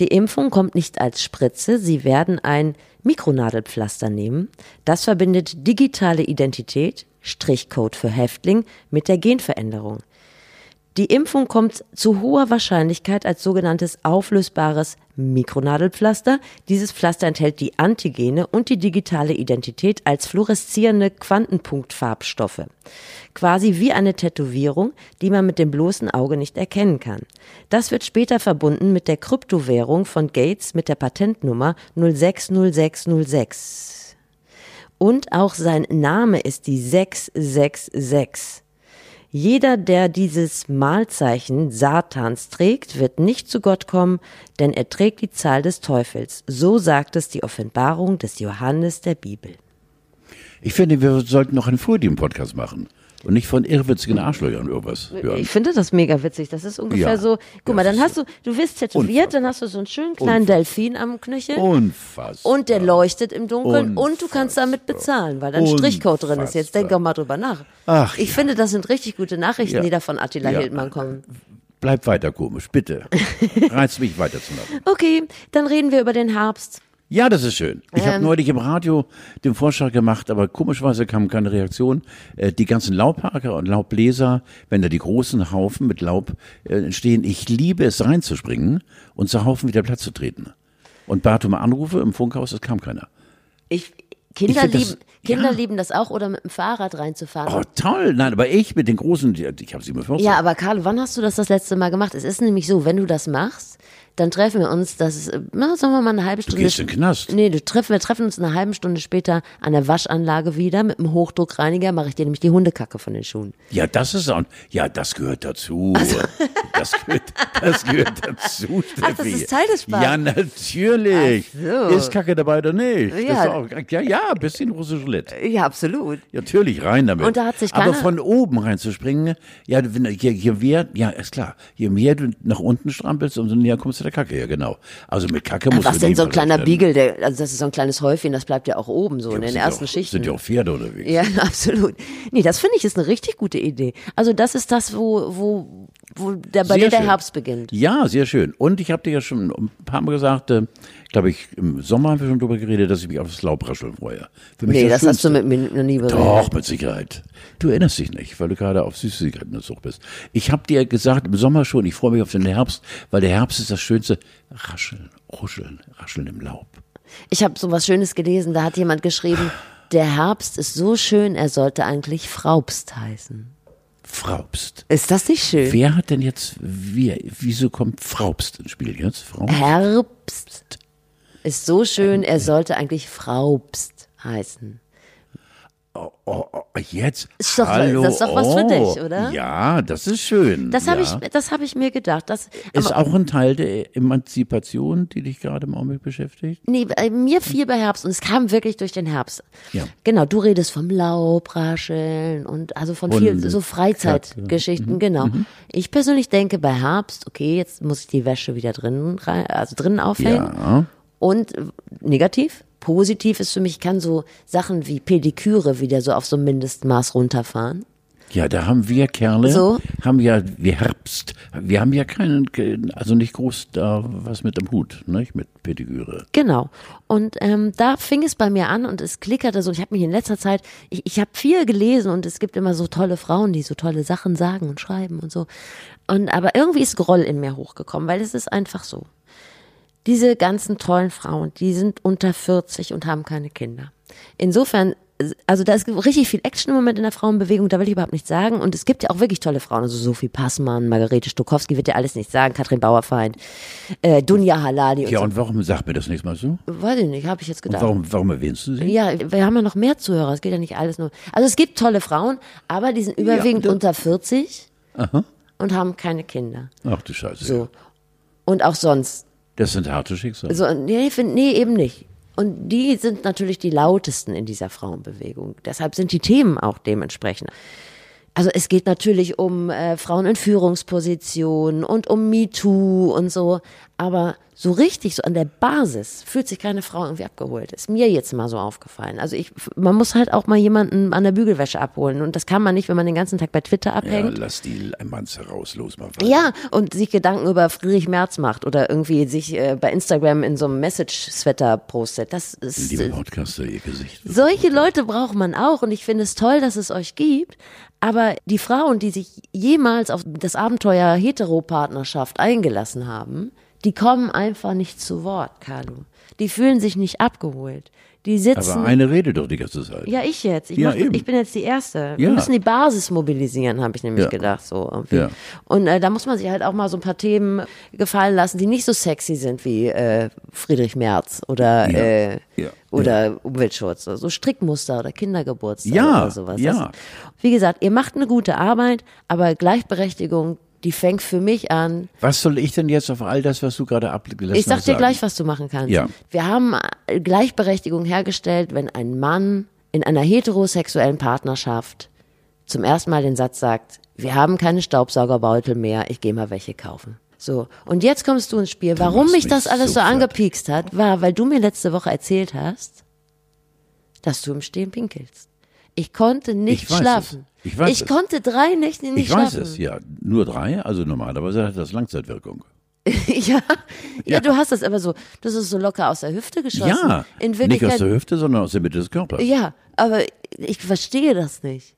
S1: Die Impfung kommt nicht als Spritze, Sie werden ein Mikronadelpflaster nehmen. Das verbindet digitale Identität, Strichcode für Häftling, mit der Genveränderung. Die Impfung kommt zu hoher Wahrscheinlichkeit als sogenanntes auflösbares Mikronadelpflaster. Dieses Pflaster enthält die Antigene und die digitale Identität als fluoreszierende Quantenpunktfarbstoffe. Quasi wie eine Tätowierung, die man mit dem bloßen Auge nicht erkennen kann. Das wird später verbunden mit der Kryptowährung von Gates mit der Patentnummer 060606. Und auch sein Name ist die 666. Jeder, der dieses Malzeichen Satans trägt, wird nicht zu Gott kommen, denn er trägt die Zahl des Teufels. So sagt es die Offenbarung des Johannes der Bibel.
S2: Ich finde, wir sollten noch einen frühdienst podcast machen und nicht von irrwitzigen Arschlöchern irgendwas hören.
S1: Ich finde das mega witzig. Das ist ungefähr
S2: Ja,
S1: so. Guck
S2: das
S1: mal, dann
S2: ist
S1: hast du, du wirst tätowiert,
S2: unfassbar.
S1: dann hast du so einen schönen kleinen Delfin am Knöchel.
S2: Unfassbar.
S1: Und der leuchtet im Dunkeln und du kannst damit
S2: Unfassbar.
S1: bezahlen, weil da ein Strichcode drin ist. Jetzt denk
S2: Unfassbar.
S1: doch mal drüber nach.
S2: Ach,
S1: ich
S2: ja.
S1: finde, das sind richtig gute Nachrichten,
S2: Ja.
S1: die da von Attila
S2: Ja.
S1: Hildmann kommen.
S2: Bleib weiter komisch, bitte. Reiz mich weiterzumachen.
S1: Okay, dann reden wir über den Herbst.
S2: Ja, das ist schön. Ich habe
S1: Ähm.
S2: neulich im Radio den Vorschlag gemacht, aber komischweise kam keine Reaktion. Äh, die ganzen Laubhaker und Laubbläser, wenn da die großen Haufen mit Laub äh, entstehen, ich liebe es reinzuspringen und zu Haufen wieder Platz zu treten. Und bat um Anrufe im Funkhaus, es kam keiner.
S1: Ich, Kinder,
S2: Ich find das-
S1: lieben, Kinder
S2: ja.
S1: lieben das auch oder mit dem Fahrrad reinzufahren.
S2: Oh, toll. Nein, aber ich mit den großen, die- ich habe 47.
S1: Ja, aber Carlo, wann hast du das das letzte Mal gemacht? Es ist nämlich so, wenn du das machst, dann treffen wir uns, das ist, äh, na, sagen wir mal eine halbe Stunde.
S2: gehst in den Knast.
S1: Nee, du treffen, wir treffen uns eine halbe Stunde später an der Waschanlage wieder mit einem Hochdruckreiniger, mache ich dir nämlich die Hundekacke von den Schuhen.
S2: Ja, das ist auch, ja, das gehört dazu. Das, gehört, das gehört dazu, Steffi.
S1: Also- Ach, das ist Teil des Spaß.
S2: Ja, natürlich.
S1: Ach so.
S2: Ist Kacke dabei oder nicht? Das
S1: Ja.
S2: ist auch, ja, ja, ein bisschen russisch Roulette.
S1: Ja, absolut.
S2: Natürlich, rein damit.
S1: Und da hat sich
S2: Aber
S1: keiner-
S2: von oben reinzuspringen, ja, wenn, je, je mehr, ja, ist klar, je mehr du nach unten strampelst, umso näher kommst du der Kacke, ja, genau. Also mit Kacke musst
S1: Was
S2: du
S1: denn
S2: nicht
S1: so ein kleiner
S2: verrückt
S1: Beagle,
S2: werden.
S1: der, also das ist so ein kleines Häufchen, das bleibt ja auch oben so ne, in
S2: Das
S1: den
S2: sind
S1: ersten
S2: ja auch,
S1: Schichten.
S2: Sind ja auch Pferde unterwegs.
S1: Ja, absolut. Nee, das finde ich ist eine richtig gute Idee. Also das ist das, wo, wo, wo der, bei dir
S2: Sehr
S1: der
S2: schön.
S1: Herbst beginnt.
S2: Ja, sehr schön. Und ich habe dir ja schon ein paar Mal gesagt, äh, glaube ich, im Sommer haben wir schon drüber geredet, dass ich mich auf das Laubrascheln freue. Für mich
S1: Nee, das hast du
S2: Schönste.
S1: mit mir noch nie berührt.
S2: Doch, mit Sicherheit. Du erinnerst dich nicht, weil du gerade auf Süßigkeiten gesucht bist. Ich habe dir gesagt, im Sommer schon, ich freue mich auf den Herbst, weil der Herbst ist das Schönste. Rascheln, ruscheln, rascheln im Laub.
S1: Ich habe so was Schönes gelesen, da hat jemand geschrieben, der Herbst ist so schön, er sollte eigentlich Fraubst heißen.
S2: Fraubst.
S1: Ist das nicht schön?
S2: Wer hat denn jetzt, wer, wieso kommt Fraubst ins Spiel jetzt?
S1: Äh,
S2: Fraubst?
S1: Herbst ist so schön, er sollte eigentlich Fraubst heißen.
S2: Oh, oh, oh, jetzt.
S1: Ist doch-
S2: Hallo,
S1: das ist doch was für
S2: oh.
S1: dich, oder?
S2: Ja, das ist schön.
S1: Das habe
S2: ja.
S1: ich, das habe ich mir gedacht. Das,
S2: Ist auch ein Teil der Emanzipation, die dich gerade im Augenblick beschäftigt?
S1: Nee, bei mir fiel bei Herbst und es kam wirklich durch den Herbst.
S2: Ja.
S1: Genau, du redest vom Laubrascheln und also von vielen
S2: Hunde,
S1: so Freizeitgeschichten, genau.
S2: Mhm.
S1: Ich persönlich denke bei Herbst, okay, jetzt muss ich die Wäsche wieder drinnen rein, also drinnen aufhängen.
S2: Ja.
S1: Und äh, negativ, positiv ist für mich, ich kann so Sachen wie Pediküre wieder so auf so ein Mindestmaß runterfahren.
S2: Ja, da haben wir Kerle,
S1: So.
S2: haben ja, wir Herbst, wir haben ja keinen, also nicht groß da was mit dem Hut, nicht? Mit Pediküre.
S1: Genau. Und ähm, da fing es bei mir an und es klickerte so. Ich habe mich in letzter Zeit, ich, ich habe viel gelesen und es gibt immer so tolle Frauen, die so tolle Sachen sagen und schreiben und so. Und aber irgendwie ist Groll in mir hochgekommen, weil es ist einfach so. Diese ganzen tollen Frauen, die sind unter 40 und haben keine Kinder. Insofern, also da ist richtig viel Action im Moment in der Frauenbewegung, da will ich überhaupt nichts sagen. Und es gibt ja auch wirklich tolle Frauen, also Sophie Passmann, Margarete Stokowski wird ja alles nicht sagen, Katrin Bauerfeind, äh, Dunja Halali und
S2: Ja,
S1: so.
S2: und warum sagt mir das nächstes Mal so?
S1: Weiß ich nicht, habe ich jetzt gedacht.
S2: Warum, warum erwähnst du sie?
S1: Ja, wir haben ja noch mehr Zuhörer. Es geht ja nicht alles nur. Also es gibt tolle Frauen, aber die sind überwiegend
S2: das-
S1: unter 40 und haben keine Kinder.
S2: Ach du Scheiße.
S1: So. Und auch sonst.
S2: Das sind harte Schicksale.
S1: So, nee, find, nee, eben nicht. Und die sind natürlich die lautesten in dieser Frauenbewegung. Deshalb sind die Themen auch dementsprechend. Also es geht natürlich um äh, Frauen in Führungspositionen und um MeToo und so. Aber so richtig, so an der Basis fühlt sich keine Frau irgendwie abgeholt. Ist mir jetzt mal so aufgefallen. Also ich, man muss halt auch mal jemanden an der Bügelwäsche abholen. Und das kann man nicht, wenn man den ganzen Tag bei Twitter
S2: ja,
S1: abhängt.
S2: lass die Manze raus, los mal.
S1: Ja, und sich Gedanken über Friedrich Merz macht oder irgendwie sich äh, bei Instagram in so einem Message-Sweater postet. Das ist.
S2: Liebe
S1: Äh,
S2: Podcaster, ihr Gesicht.
S1: solche Leute braucht man auch und ich finde es toll, dass es euch gibt. Aber die Frauen, die sich jemals auf das Abenteuer Heteropartnerschaft eingelassen haben, die kommen einfach nicht zu Wort, Carlo. Die fühlen sich nicht abgeholt. Die sitzen.
S2: Aber eine Rede doch die ganze Zeit.
S1: ja, ich jetzt. Ich,
S2: Ja,
S1: mach das,
S2: eben.
S1: ich bin jetzt die Erste. Wir
S2: Ja.
S1: müssen die Basis mobilisieren, habe ich nämlich
S2: Ja.
S1: gedacht. So irgendwie.
S2: Ja.
S1: Und äh, da muss man sich halt auch mal so ein paar Themen gefallen lassen, die nicht so sexy sind wie äh, Friedrich Merz oder,
S2: Ja.
S1: Äh,
S2: Ja.
S1: oder Umweltschutz. oder So Strickmuster oder Kindergeburtstag
S2: Ja,
S1: oder sowas.
S2: ja.
S1: Das, wie gesagt, ihr macht eine gute Arbeit, aber Gleichberechtigung, die fängt für mich an.
S2: Was soll ich denn jetzt auf all das, was du gerade abgelassen hast?
S1: Ich sag dir
S2: sagen?
S1: gleich, was du machen kannst.
S2: Ja.
S1: Wir haben äh, Gleichberechtigung hergestellt, wenn ein Mann in einer heterosexuellen Partnerschaft zum ersten Mal den Satz sagt, wir haben keine Staubsaugerbeutel mehr, ich gehe mal welche kaufen. So, und jetzt kommst du ins Spiel. Warum
S2: machst
S1: mich
S2: mich
S1: das alles so
S2: so fertig.
S1: angepiekst hat, war, weil du mir letzte Woche erzählt hast, dass du im Stehen pinkelst. Ich konnte nicht
S2: Ich weiß es.
S1: schlafen.
S2: Ich weiß
S1: ich
S2: es.
S1: konnte drei Nächte nicht
S2: Ich weiß
S1: schlafen.
S2: es, ja. Nur drei, also normalerweise hat das Langzeitwirkung.
S1: Ja, ja, du hast das aber so, das ist so locker aus der Hüfte geschossen.
S2: Ja,
S1: in
S2: nicht aus
S1: Wirklichkeit.
S2: der Hüfte, sondern aus der Mitte des Körpers.
S1: ja, aber ich verstehe das nicht.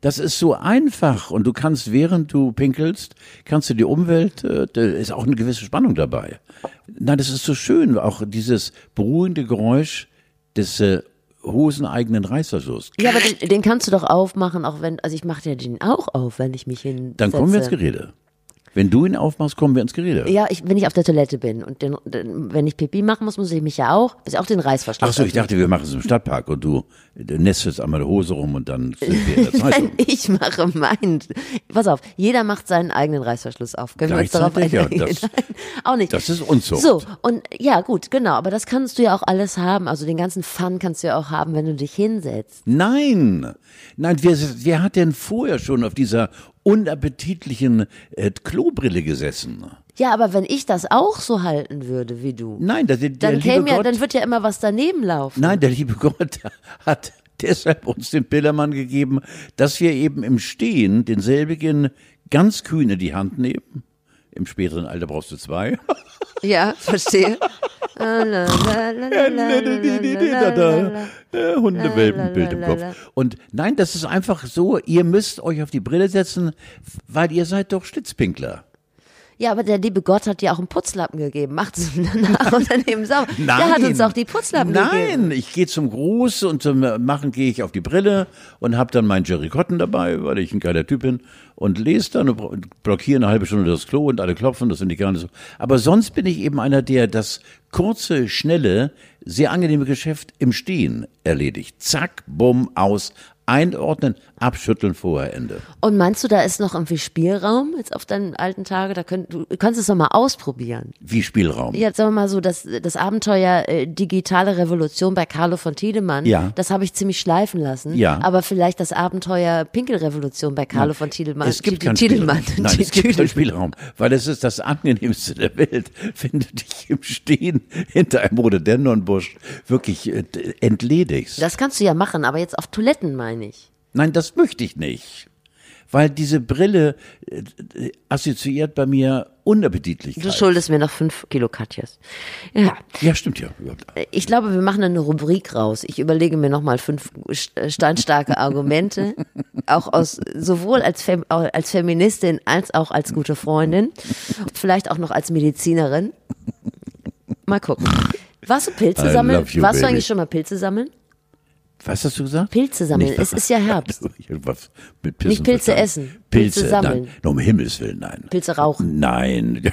S2: Das ist so einfach und du kannst, während du pinkelst, kannst du die Umwelt, äh, da ist auch eine gewisse Spannung dabei. Nein, das ist so schön, auch dieses beruhende Geräusch des äh, hoseneigenen Reißverschlusses.
S1: Ja, aber den, den kannst du doch aufmachen, auch wenn, also ich mache ja den auch auf, wenn ich mich hin.
S2: Dann kommen wir ins Gerede. Wenn du ihn aufmachst, kommen wir ins Gerede.
S1: Ja, ich, wenn ich auf der Toilette bin und den, den, wenn ich Pipi machen muss, muss ich mich ja auch, muss ich auch den Reißverschluss.
S2: Ach so, ich
S1: öffnen.
S2: dachte, wir machen es im Stadtpark und du äh, nestelst einmal die Hose rum und dann sind wir in der Zeitung.
S1: Ich mache meinen. Pass auf, jeder macht seinen eigenen Reißverschluss auf. Können wir uns darauf
S2: Gleichzeitig,
S1: einigen?
S2: ja, das-
S1: Nein, auch nicht.
S2: das ist Unzucht.
S1: So, und ja, gut, genau. Aber das kannst du ja auch alles haben. Also den ganzen Fun kannst du ja auch haben, wenn du dich hinsetzt.
S2: Nein, nein, wer, wer hat denn vorher schon auf dieser unappetitlichen äh, Klobrille gesessen?
S1: Ja, aber wenn ich das auch so halten würde wie du,
S2: Nein, der, der, der
S1: dann
S2: liebe
S1: käme ja,
S2: Gott,
S1: dann wird ja immer was daneben laufen.
S2: nein, der liebe Gott hat deshalb uns den Pillermann gegeben, dass wir eben im Stehen denselbigen ganz kühn in die Hand nehmen. Im späteren Alter brauchst du zwei.
S1: Ja, verstehe. La, la, la, la, la, la, la, la, la, la.
S2: Äh, Hundewelpenbild im Kopf. Und nein, das ist einfach so, ihr müsst euch auf die Brille setzen, weil ihr seid doch Schlitzpinkler.
S1: Ja, aber der liebe Gott hat dir auch einen Putzlappen gegeben. Macht's ihm danach und dann eben sauber. Der hat uns auch die Putzlappen gegeben.
S2: Nein, ich gehe zum Gruß und zum Machen gehe ich auf die Brille und habe dann meinen Jerry Cotton dabei, weil ich ein geiler Typ bin und lese dann und blockiere eine halbe Stunde das Klo und alle klopfen, das finde ich gar nicht so. Aber sonst bin ich eben einer, der das kurze, schnelle sehr angenehme Geschäft im Stehen erledigt. Zack, bumm, aus, einordnen, abschütteln, vorher Ende.
S1: Und meinst du, da ist noch irgendwie Spielraum jetzt auf deinen alten Tage? Da könnt, du kannst es noch mal ausprobieren.
S2: Wie Spielraum.
S1: Jetzt sagen wir mal so, das, das Abenteuer äh, digitale Revolution bei Carlo von Tiedemann,
S2: Ja.
S1: das habe ich ziemlich schleifen lassen.
S2: Ja.
S1: Aber vielleicht das Abenteuer Pinkelrevolution bei Carlo von Tiedemann.
S2: Es gibt
S1: Tie-
S2: keinen
S1: Tiedemann.
S2: Spielraum. Nein, es gibt keinen
S1: Tiedemann.
S2: Spielraum, weil es ist das angenehmste der Welt, wenn du dich im Stehen hinter einem Rhododendronbusch wirklich äh, d- entledigst.
S1: Das kannst du ja machen, aber jetzt auf Toiletten meine ich.
S2: Nein, das möchte ich nicht. Weil diese Brille äh, d- assoziiert bei mir Unappetitlichkeit.
S1: Du schuldest mir noch fünf Kilo Katjes. Ja.
S2: ja, stimmt ja. Überhaupt.
S1: Ich glaube, wir machen eine Rubrik raus. Ich überlege mir nochmal fünf st- steinstarke Argumente, auch aus sowohl als, Fem als Feministin als auch als gute Freundin, vielleicht auch noch als Medizinerin. Mal gucken. Warst du Pilze
S2: I
S1: sammeln?
S2: love you,
S1: Warst du
S2: baby.
S1: eigentlich schon mal Pilze sammeln?
S2: Was hast du gesagt?
S1: Pilze sammeln.
S2: Nicht-
S1: Es ist ja Herbst.
S2: Ich hab was mit Pissen
S1: Nicht Pilze
S2: verstanden.
S1: essen,
S2: Pilze,
S1: Pilze sammeln.
S2: Nein, nur um Himmels Willen, nein.
S1: Pilze rauchen.
S2: Nein.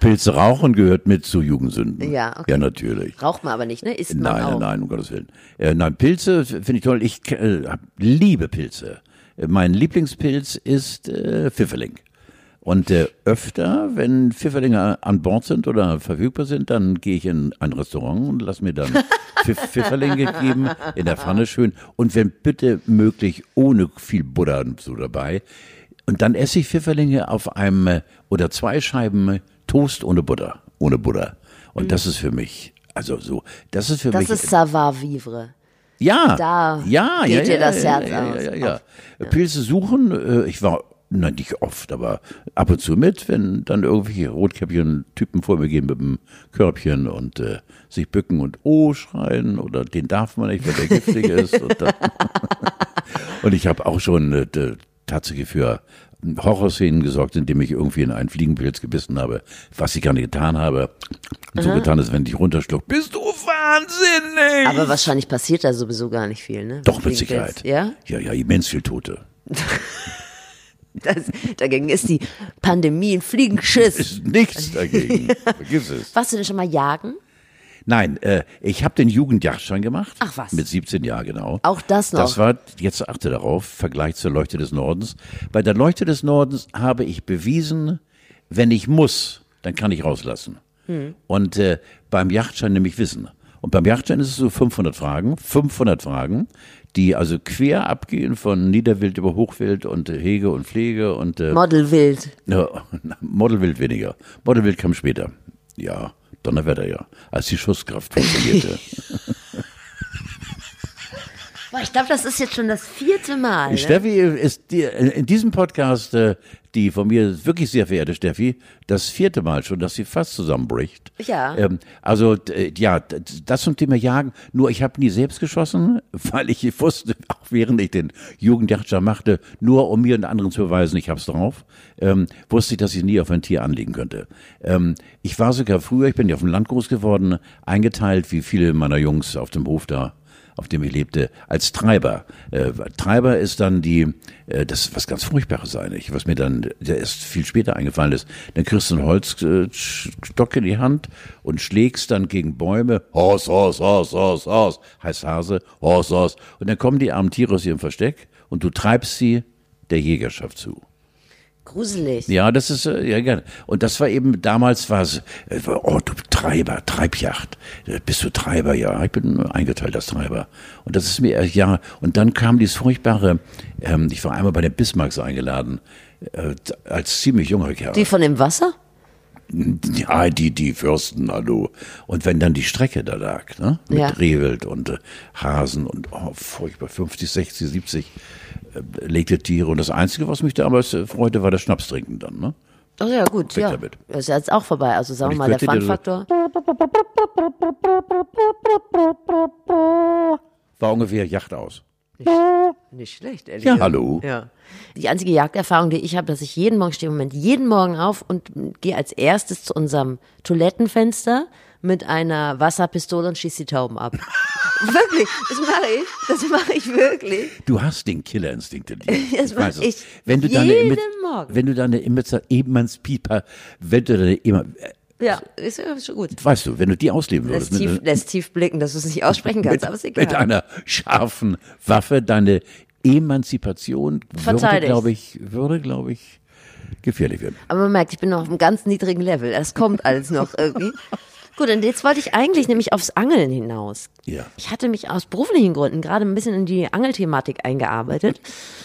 S2: Pilze rauchen gehört mit zu Jugendsünden.
S1: Ja, okay.
S2: Ja, natürlich.
S1: Raucht man aber nicht, ne? Isst man
S2: Nein,
S1: auch.
S2: nein, nein, um Gottes Willen. Äh, nein, Pilze finde ich toll. Ich äh, hab- liebe Pilze. Äh, Mein Lieblingspilz ist äh, Pfifferling. Und äh, öfter, wenn Pfifferlinge an Bord sind oder verfügbar sind, dann gehe ich in ein Restaurant und lass mir dann Pfiff Pfifferling gegeben, in der Pfanne schön. Und wenn bitte möglich, ohne viel Butter und so dabei. Und dann esse ich Pfifferlinge auf einem äh, oder zwei Scheiben äh, Toast ohne Butter. Ohne Butter. Und das ist für mich, also so, das ist für
S1: Mhm. Das
S2: mich.
S1: ist Savoir-vivre.
S2: Ja.
S1: Da
S2: ja,
S1: geht
S2: ja,
S1: dir
S2: ja,
S1: das
S2: ja,
S1: Herz
S2: ja,
S1: aus.
S2: Ja, ja, ja. Pilze suchen, äh, ich war, na nicht oft, aber ab und zu mit, wenn dann irgendwelche Rotkäppchen-Typen vor mir gehen mit dem Körbchen und äh, sich bücken und Oh schreien oder den darf man nicht, weil der giftig ist. Und, dann, und ich habe auch schon äh, d- tatsächlich für Horrorszenen gesorgt, indem ich irgendwie in einen Fliegenpilz gebissen habe, was ich gar nicht getan habe. Und so getan ist, wenn ich runterschluckt. Bist du wahnsinnig?
S1: Aber wahrscheinlich passiert da sowieso gar nicht viel, ne?
S2: Doch, mit
S1: Wegen
S2: Sicherheit.
S1: Pilz. Ja?
S2: Ja, ja, immens viel Tote.
S1: Das, dagegen ist die Pandemie ein Fliegenschiss.
S2: Ist nichts dagegen. Vergiss es.
S1: Warst du denn schon mal jagen?
S2: Nein, äh, ich habe den Jugendjagdschein gemacht.
S1: Ach was.
S2: Mit 17 Jahren, genau.
S1: Auch das noch.
S2: Das war, jetzt achte darauf, Vergleich zur Leuchte des Nordens. Bei der Leuchte des Nordens habe ich bewiesen, wenn ich muss, dann kann ich rauslassen.
S1: Hm.
S2: Und äh, beim Jagdschein nämlich wissen. Und beim Jagdschein ist es so 500 Fragen, 500 Fragen, die also quer abgehen von Niederwild über Hochwild und äh, Hege und Pflege und äh,
S1: Modelwild.
S2: Ja, Modelwild weniger. Modelwild kam später. Ja, Donnerwetter, ja. Als die Schusskraft funktionierte.
S1: Boah, ich glaube, das ist jetzt schon das vierte Mal. Ne?
S2: Steffi ist die, äh, in diesem Podcast, äh, die von mir wirklich sehr verehrte Steffi, das vierte Mal schon, dass sie fast zusammenbricht.
S1: Ja.
S2: Ähm, also, d- ja, d- das zum Thema Jagen. Nur, ich habe nie selbst geschossen, weil ich wusste, auch während ich den Jugendjagdschein machte, nur um mir und anderen zu beweisen, ich hab's drauf, ähm, wusste ich, dass ich nie auf ein Tier anlegen könnte. Ähm, ich war sogar früher, ich bin ja auf dem Land groß geworden, eingeteilt, wie viele meiner Jungs auf dem Hof da auf dem ich lebte, als Treiber. Äh, Treiber ist dann die, äh, das ist was ganz Furchtbares eigentlich, was mir dann der erst viel später eingefallen ist. Dann kriegst du einen Holzstock in die Hand und schlägst dann gegen Bäume, Haus, Haus, Haus, Haus, Haus, heißt Hase, Haus, Haus. Und dann kommen die armen Tiere aus ihrem Versteck und du treibst sie der Jägerschaft zu.
S1: Gruselig.
S2: Ja, das ist, äh, ja, gerne. Und das war eben, damals war es, äh, war, oh, du Treiber, Treibjacht. Äh, Bist du Treiber? Ja, ich bin eingeteilt als Treiber. Und das ist mir erst Jahre. Und dann kam dieses furchtbare, ähm, ich war einmal bei den Bismarcks eingeladen, äh, als ziemlich junger Kerl.
S1: Die von dem Wasser?
S2: Ja, die, die Fürsten, hallo. Und wenn dann die Strecke da lag, ne? Mit
S1: Ja.
S2: Rehwild und äh, Hasen und oh, furchtbar, 50, 60, 70 äh, legte Tiere. Und das Einzige, was mich damals äh, freute, war das Schnapstrinken dann, ne?
S1: Ach Oh ja, gut. Ja.
S2: damit.
S1: Das ist ja jetzt auch vorbei. Also sagen wir
S2: Ich
S1: mal, der
S2: könnte dir so-
S1: Fun-Faktor.
S2: War ungefähr Yacht aus.
S1: Nicht schlecht, ehrlich
S2: Ja,
S1: gesagt.
S2: hallo.
S1: Ja. Die einzige Jagderfahrung, die ich habe, dass ich jeden Morgen stehe, im Moment jeden Morgen auf und m, gehe als erstes zu unserem Toilettenfenster mit einer Wasserpistole und schieße die Tauben ab. wirklich, das mache ich. Das mache ich wirklich.
S2: Du hast den Killerinstinkt in dir.
S1: Das
S2: Ich weiß
S1: mach
S2: es.
S1: ich
S2: Wenn du deine
S1: jeden
S2: Emanz-
S1: Morgen.
S2: Wenn du deine Emanz- Emanzipa, wenn du deine Eman-
S1: Ja, ist ja schon gut.
S2: Weißt du, wenn du die ausleben
S1: Lässt
S2: würdest,
S1: tief,
S2: mit,
S1: lässt tief blicken, dass du es nicht aussprechen kannst, aber ist
S2: mit, mit
S1: egal.
S2: einer scharfen Waffe deine Emanzipation würde,
S1: Verteidigt.
S2: glaube ich, würde, glaube ich, gefährlich werden.
S1: Aber man merkt, ich bin noch auf einem ganz niedrigen Level. Das kommt alles noch irgendwie. Gut, und jetzt wollte ich eigentlich nämlich aufs Angeln hinaus.
S2: Ja.
S1: Ich hatte mich aus beruflichen Gründen gerade ein bisschen in die Angelthematik eingearbeitet,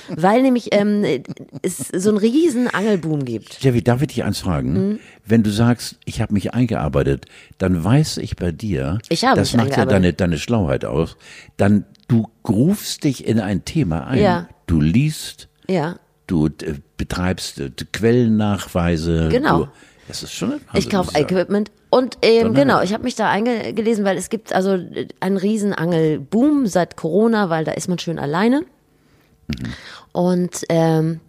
S1: weil nämlich ähm, es so einen riesen Angelboom gibt.
S2: Jeffy, darf ich dich eins fragen?
S1: Hm?
S2: Wenn du sagst, ich habe mich eingearbeitet, dann weiß ich bei dir,
S1: Ich habe
S2: das
S1: mich
S2: macht ja deine,
S1: eingearbeitet.
S2: deine Schlauheit aus, dann du grufst dich in ein Thema ein,
S1: Ja.
S2: du liest,
S1: Ja.
S2: du äh, betreibst äh, Quellennachweise.
S1: Genau.
S2: Du, das ist schon Wahnsinn,
S1: Ich
S2: muss
S1: kaufe
S2: sagen.
S1: Equipment. Und ähm,
S2: Donnerwetter.
S1: genau, ich habe mich da eingelesen, weil es gibt also äh, einen riesen Angelboom seit Corona, weil da ist man schön alleine
S2: Mhm.
S1: und ähm,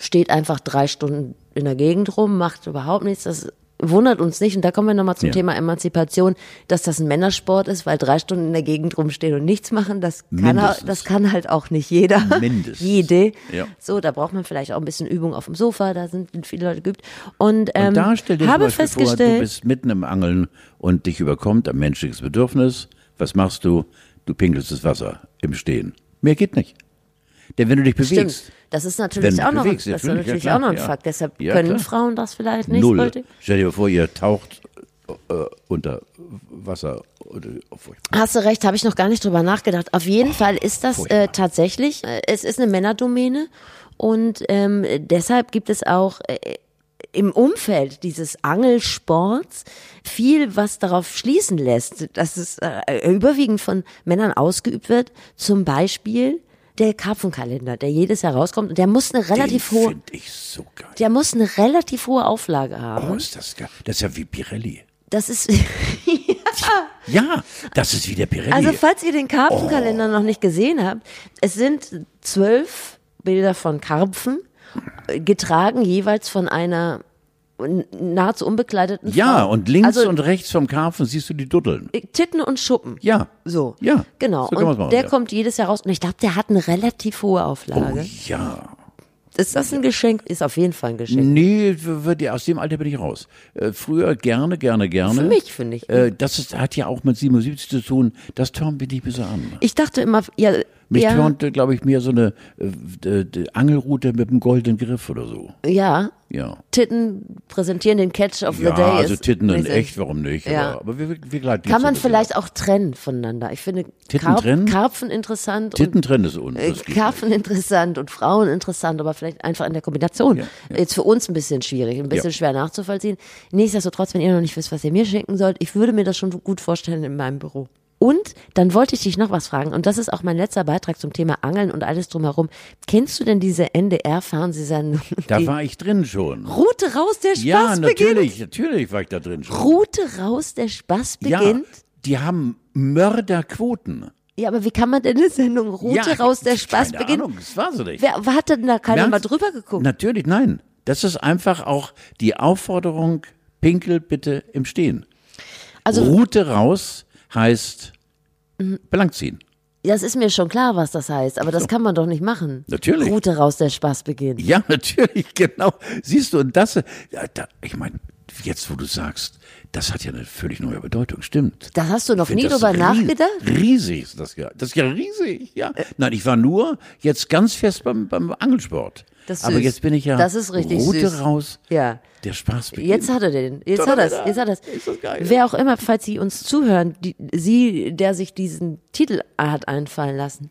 S1: steht einfach drei Stunden in der Gegend rum, macht überhaupt nichts. Das wundert uns nicht. Und da kommen wir nochmal zum
S2: Ja.
S1: Thema Emanzipation, dass das ein Männersport ist, weil drei Stunden in der Gegend rumstehen und nichts machen, das kann, hau-
S2: Mindestens.
S1: das kann halt auch nicht jeder.
S2: Mindestens.
S1: Jede.
S2: Ja.
S1: So, da braucht man vielleicht auch ein bisschen Übung auf dem Sofa, da sind viele Leute geübt. Und ähm,
S2: Und da stell dir
S1: habe
S2: zum Beispiel vor,
S1: festgestellt,
S2: du bist mitten im Angeln und dich überkommt ein menschliches Bedürfnis. Was machst du? Du pinkelst das Wasser im Stehen. Mehr geht nicht. Denn wenn du dich bewegst,
S1: stimmt. Das ist natürlich
S2: Wenn du
S1: auch noch,
S2: bewegst,
S1: das ist
S2: natürlich, ja
S1: natürlich
S2: klar,
S1: auch noch ein
S2: ja.
S1: Fakt. Deshalb
S2: Ja,
S1: können
S2: klar.
S1: Frauen das vielleicht nicht.
S2: Null.
S1: wollte-
S2: Stell dir vor, ihr taucht äh, unter Wasser. Oder, oh, furchtbar.
S1: Hast du recht, habe ich noch gar nicht drüber nachgedacht. Auf jeden Fall ist das äh,
S2: Oh, furchtbar.
S1: tatsächlich, äh, es ist eine Männerdomäne und ähm, deshalb gibt es auch äh, im Umfeld dieses Angelsports viel, was darauf schließen lässt, dass es äh, überwiegend von Männern ausgeübt wird. Zum Beispiel der Karpfenkalender, der jedes Jahr rauskommt und der muss eine relativ
S2: Den
S1: hohe,
S2: finde ich so geil.
S1: der muss eine relativ hohe Auflage haben.
S2: Oh, ist das geil. Das ist ja wie Pirelli.
S1: Das ist,
S2: Ja, das ist wie der Pirelli.
S1: also falls ihr den Karpfenkalender noch nicht gesehen habt, es sind zwölf Bilder von Karpfen, äh, getragen jeweils von einer n- nahezu unbekleideten
S2: ja,
S1: Frau.
S2: und links
S1: also,
S2: und rechts vom Karpfen siehst du die Duddeln.
S1: Titten und Schuppen.
S2: Ja.
S1: So.
S2: Ja.
S1: Genau.
S2: So kann man's
S1: und
S2: machen,
S1: der
S2: ja.
S1: kommt jedes Jahr raus. Und ich glaube, der hat eine relativ hohe
S2: Oh,
S1: Auflage.
S2: ja. Oh,
S1: Ist das ein Geschenk? Ist auf jeden Fall ein Geschenk.
S2: Nee, w- wird ja, aus dem Alter bin ich raus. Äh, früher gerne, gerne, gerne.
S1: Für mich, finde ich.
S2: Äh, das ist, hat ja auch mit 77 zu tun. Das törnt mich nicht mehr so an.
S1: Ich dachte immer, ja,
S2: Mich
S1: ja,
S2: törnte, glaube ich, mehr so eine äh, d- d- Angelrute mit einem goldenen Griff oder so.
S1: ja,
S2: Ja.
S1: Titten präsentieren den Catch of
S2: Ja,
S1: the Day.
S2: also
S1: ist
S2: Titten in
S1: riesig.
S2: echt, warum nicht?
S1: Ja.
S2: Aber, aber wir, wir gleiten
S1: Kann
S2: jetzt
S1: man
S2: so ein bisschen
S1: vielleicht auch trennen voneinander. Ich finde
S2: Titten
S1: Karp
S2: trennen?
S1: Karpfen interessant
S2: ab. Titten trennen ist
S1: und
S2: uns.
S1: äh, Karpfen interessant und Frauen interessant, aber vielleicht einfach in der Kombination. Jetzt für uns ein bisschen schwierig, ein bisschen
S2: Ja.
S1: schwer nachzuvollziehen. Nichtsdestotrotz, wenn ihr noch nicht wisst, was ihr mir schenken sollt, ich würde mir das schon gut vorstellen in meinem Büro. Und dann wollte ich dich noch was fragen, und das ist auch mein letzter Beitrag zum Thema Angeln und alles drumherum. Kennst du denn diese NDR-Fernsehsendung?
S2: da war ich drin schon.
S1: Route raus, der Spaß
S2: Ja,
S1: beginnt.
S2: natürlich, natürlich war ich da drin schon.
S1: Route raus, der Spaß
S2: Ja,
S1: beginnt.
S2: die haben Mörderquoten.
S1: Ja, aber wie kann man denn eine Sendung Route
S2: ja,
S1: raus, der Spaß
S2: keine
S1: beginnt?
S2: Ahnung, das war so nicht.
S1: Wer, wer hat denn da keiner mal
S2: Merkst-
S1: drüber geguckt?
S2: Natürlich, nein. Das ist einfach auch die Aufforderung, pinkel bitte im Stehen.
S1: Also- Mhm.
S2: Route raus heißt blank ziehen.
S1: Das ist mir schon klar, was das heißt, aber das kann man doch nicht machen.
S2: Natürlich.
S1: Route raus, der Spaß beginnt.
S2: Ja, natürlich, genau. Siehst du, und das, ja, da, ich meine, jetzt wo du sagst, das hat ja eine völlig neue Bedeutung, stimmt.
S1: Da hast du noch
S2: Ich
S1: nie
S2: find das
S1: drüber
S2: rie-
S1: nachgedacht? Äh.
S2: Riesig ist das ja. Das ist ja riesig, ja. Nein, ich war nur jetzt ganz fest beim, beim Angelsport.
S1: Das ist
S2: Aber
S1: süß.
S2: jetzt bin ich ja
S1: Das ist richtig
S2: Route
S1: süß.
S2: raus,
S1: Ja.
S2: der Spaß beginnt.
S1: Jetzt hat er den. Jetzt hat er es. Jetzt hat er
S2: Ist das geil.
S1: Wer auch immer, falls Sie uns zuhören, die, Sie, der sich diesen Titel hat einfallen lassen,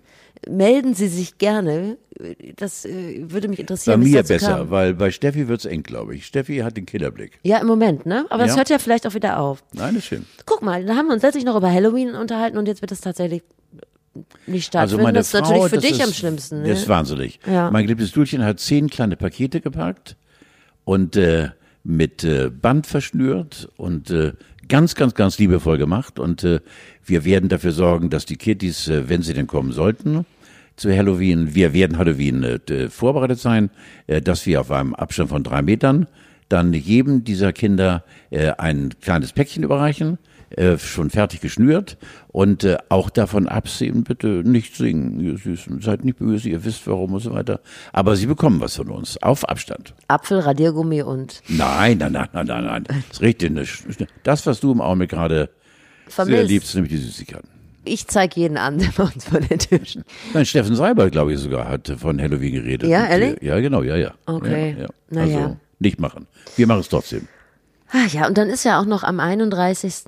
S1: melden Sie sich gerne. Das äh, würde mich
S2: Bei
S1: interessieren. wie es
S2: mir
S1: dazu
S2: besser,
S1: Kam.
S2: weil bei Steffi wird's eng, glaube ich. Steffi hat den Killerblick.
S1: Ja, im Moment, ne? Aber das
S2: Ja.
S1: hört ja vielleicht auch wieder auf.
S2: Nein, ist schön.
S1: Guck mal, da haben wir uns letztlich noch über Halloween unterhalten und jetzt wird das tatsächlich nicht
S2: Also
S1: stattfinden.
S2: meine
S1: das ist
S2: Frau,
S1: natürlich für
S2: das
S1: dich
S2: ist,
S1: am schlimmsten.
S2: Das
S1: Ne?
S2: ist wahnsinnig.
S1: Ja.
S2: Mein geliebtes Dudchen hat zehn kleine Pakete gepackt und äh, mit äh, Band verschnürt und äh, ganz, ganz, ganz liebevoll gemacht. Und äh, wir werden dafür sorgen, dass die Kitties, äh, wenn sie denn kommen sollten, zu Halloween, wir werden Halloween äh, d- vorbereitet sein, äh, dass wir auf einem Abstand von drei Metern dann jedem dieser Kinder äh, ein kleines Päckchen überreichen. äh, schon fertig geschnürt und äh, auch davon absehen, bitte nicht singen, ihr Süßen, seid nicht böse, ihr wisst warum und so weiter. Aber sie bekommen was von uns, auf Abstand.
S1: Apfel, Radiergummi und
S2: Nein, nein, nein, nein,
S1: Äh.
S2: nein, nein. Das ist richtig. eine Sch- Das, was du im Augenblick gerade sehr
S1: vermisst.
S2: liebst, nämlich die Süßigkeiten.
S1: Ich zeige jeden an, der bei uns vor der Tür steht.
S2: Nein, Steffen Seibert, glaube ich sogar, hat von Halloween geredet.
S1: Ja,
S2: Und,
S1: ehrlich?
S2: äh, Ja, genau, ja, ja.
S1: Okay.
S2: Ja, ja.
S1: Na
S2: also,
S1: ja.
S2: nicht machen. Wir machen es trotzdem.
S1: Ah ja, und dann ist ja auch noch am 31.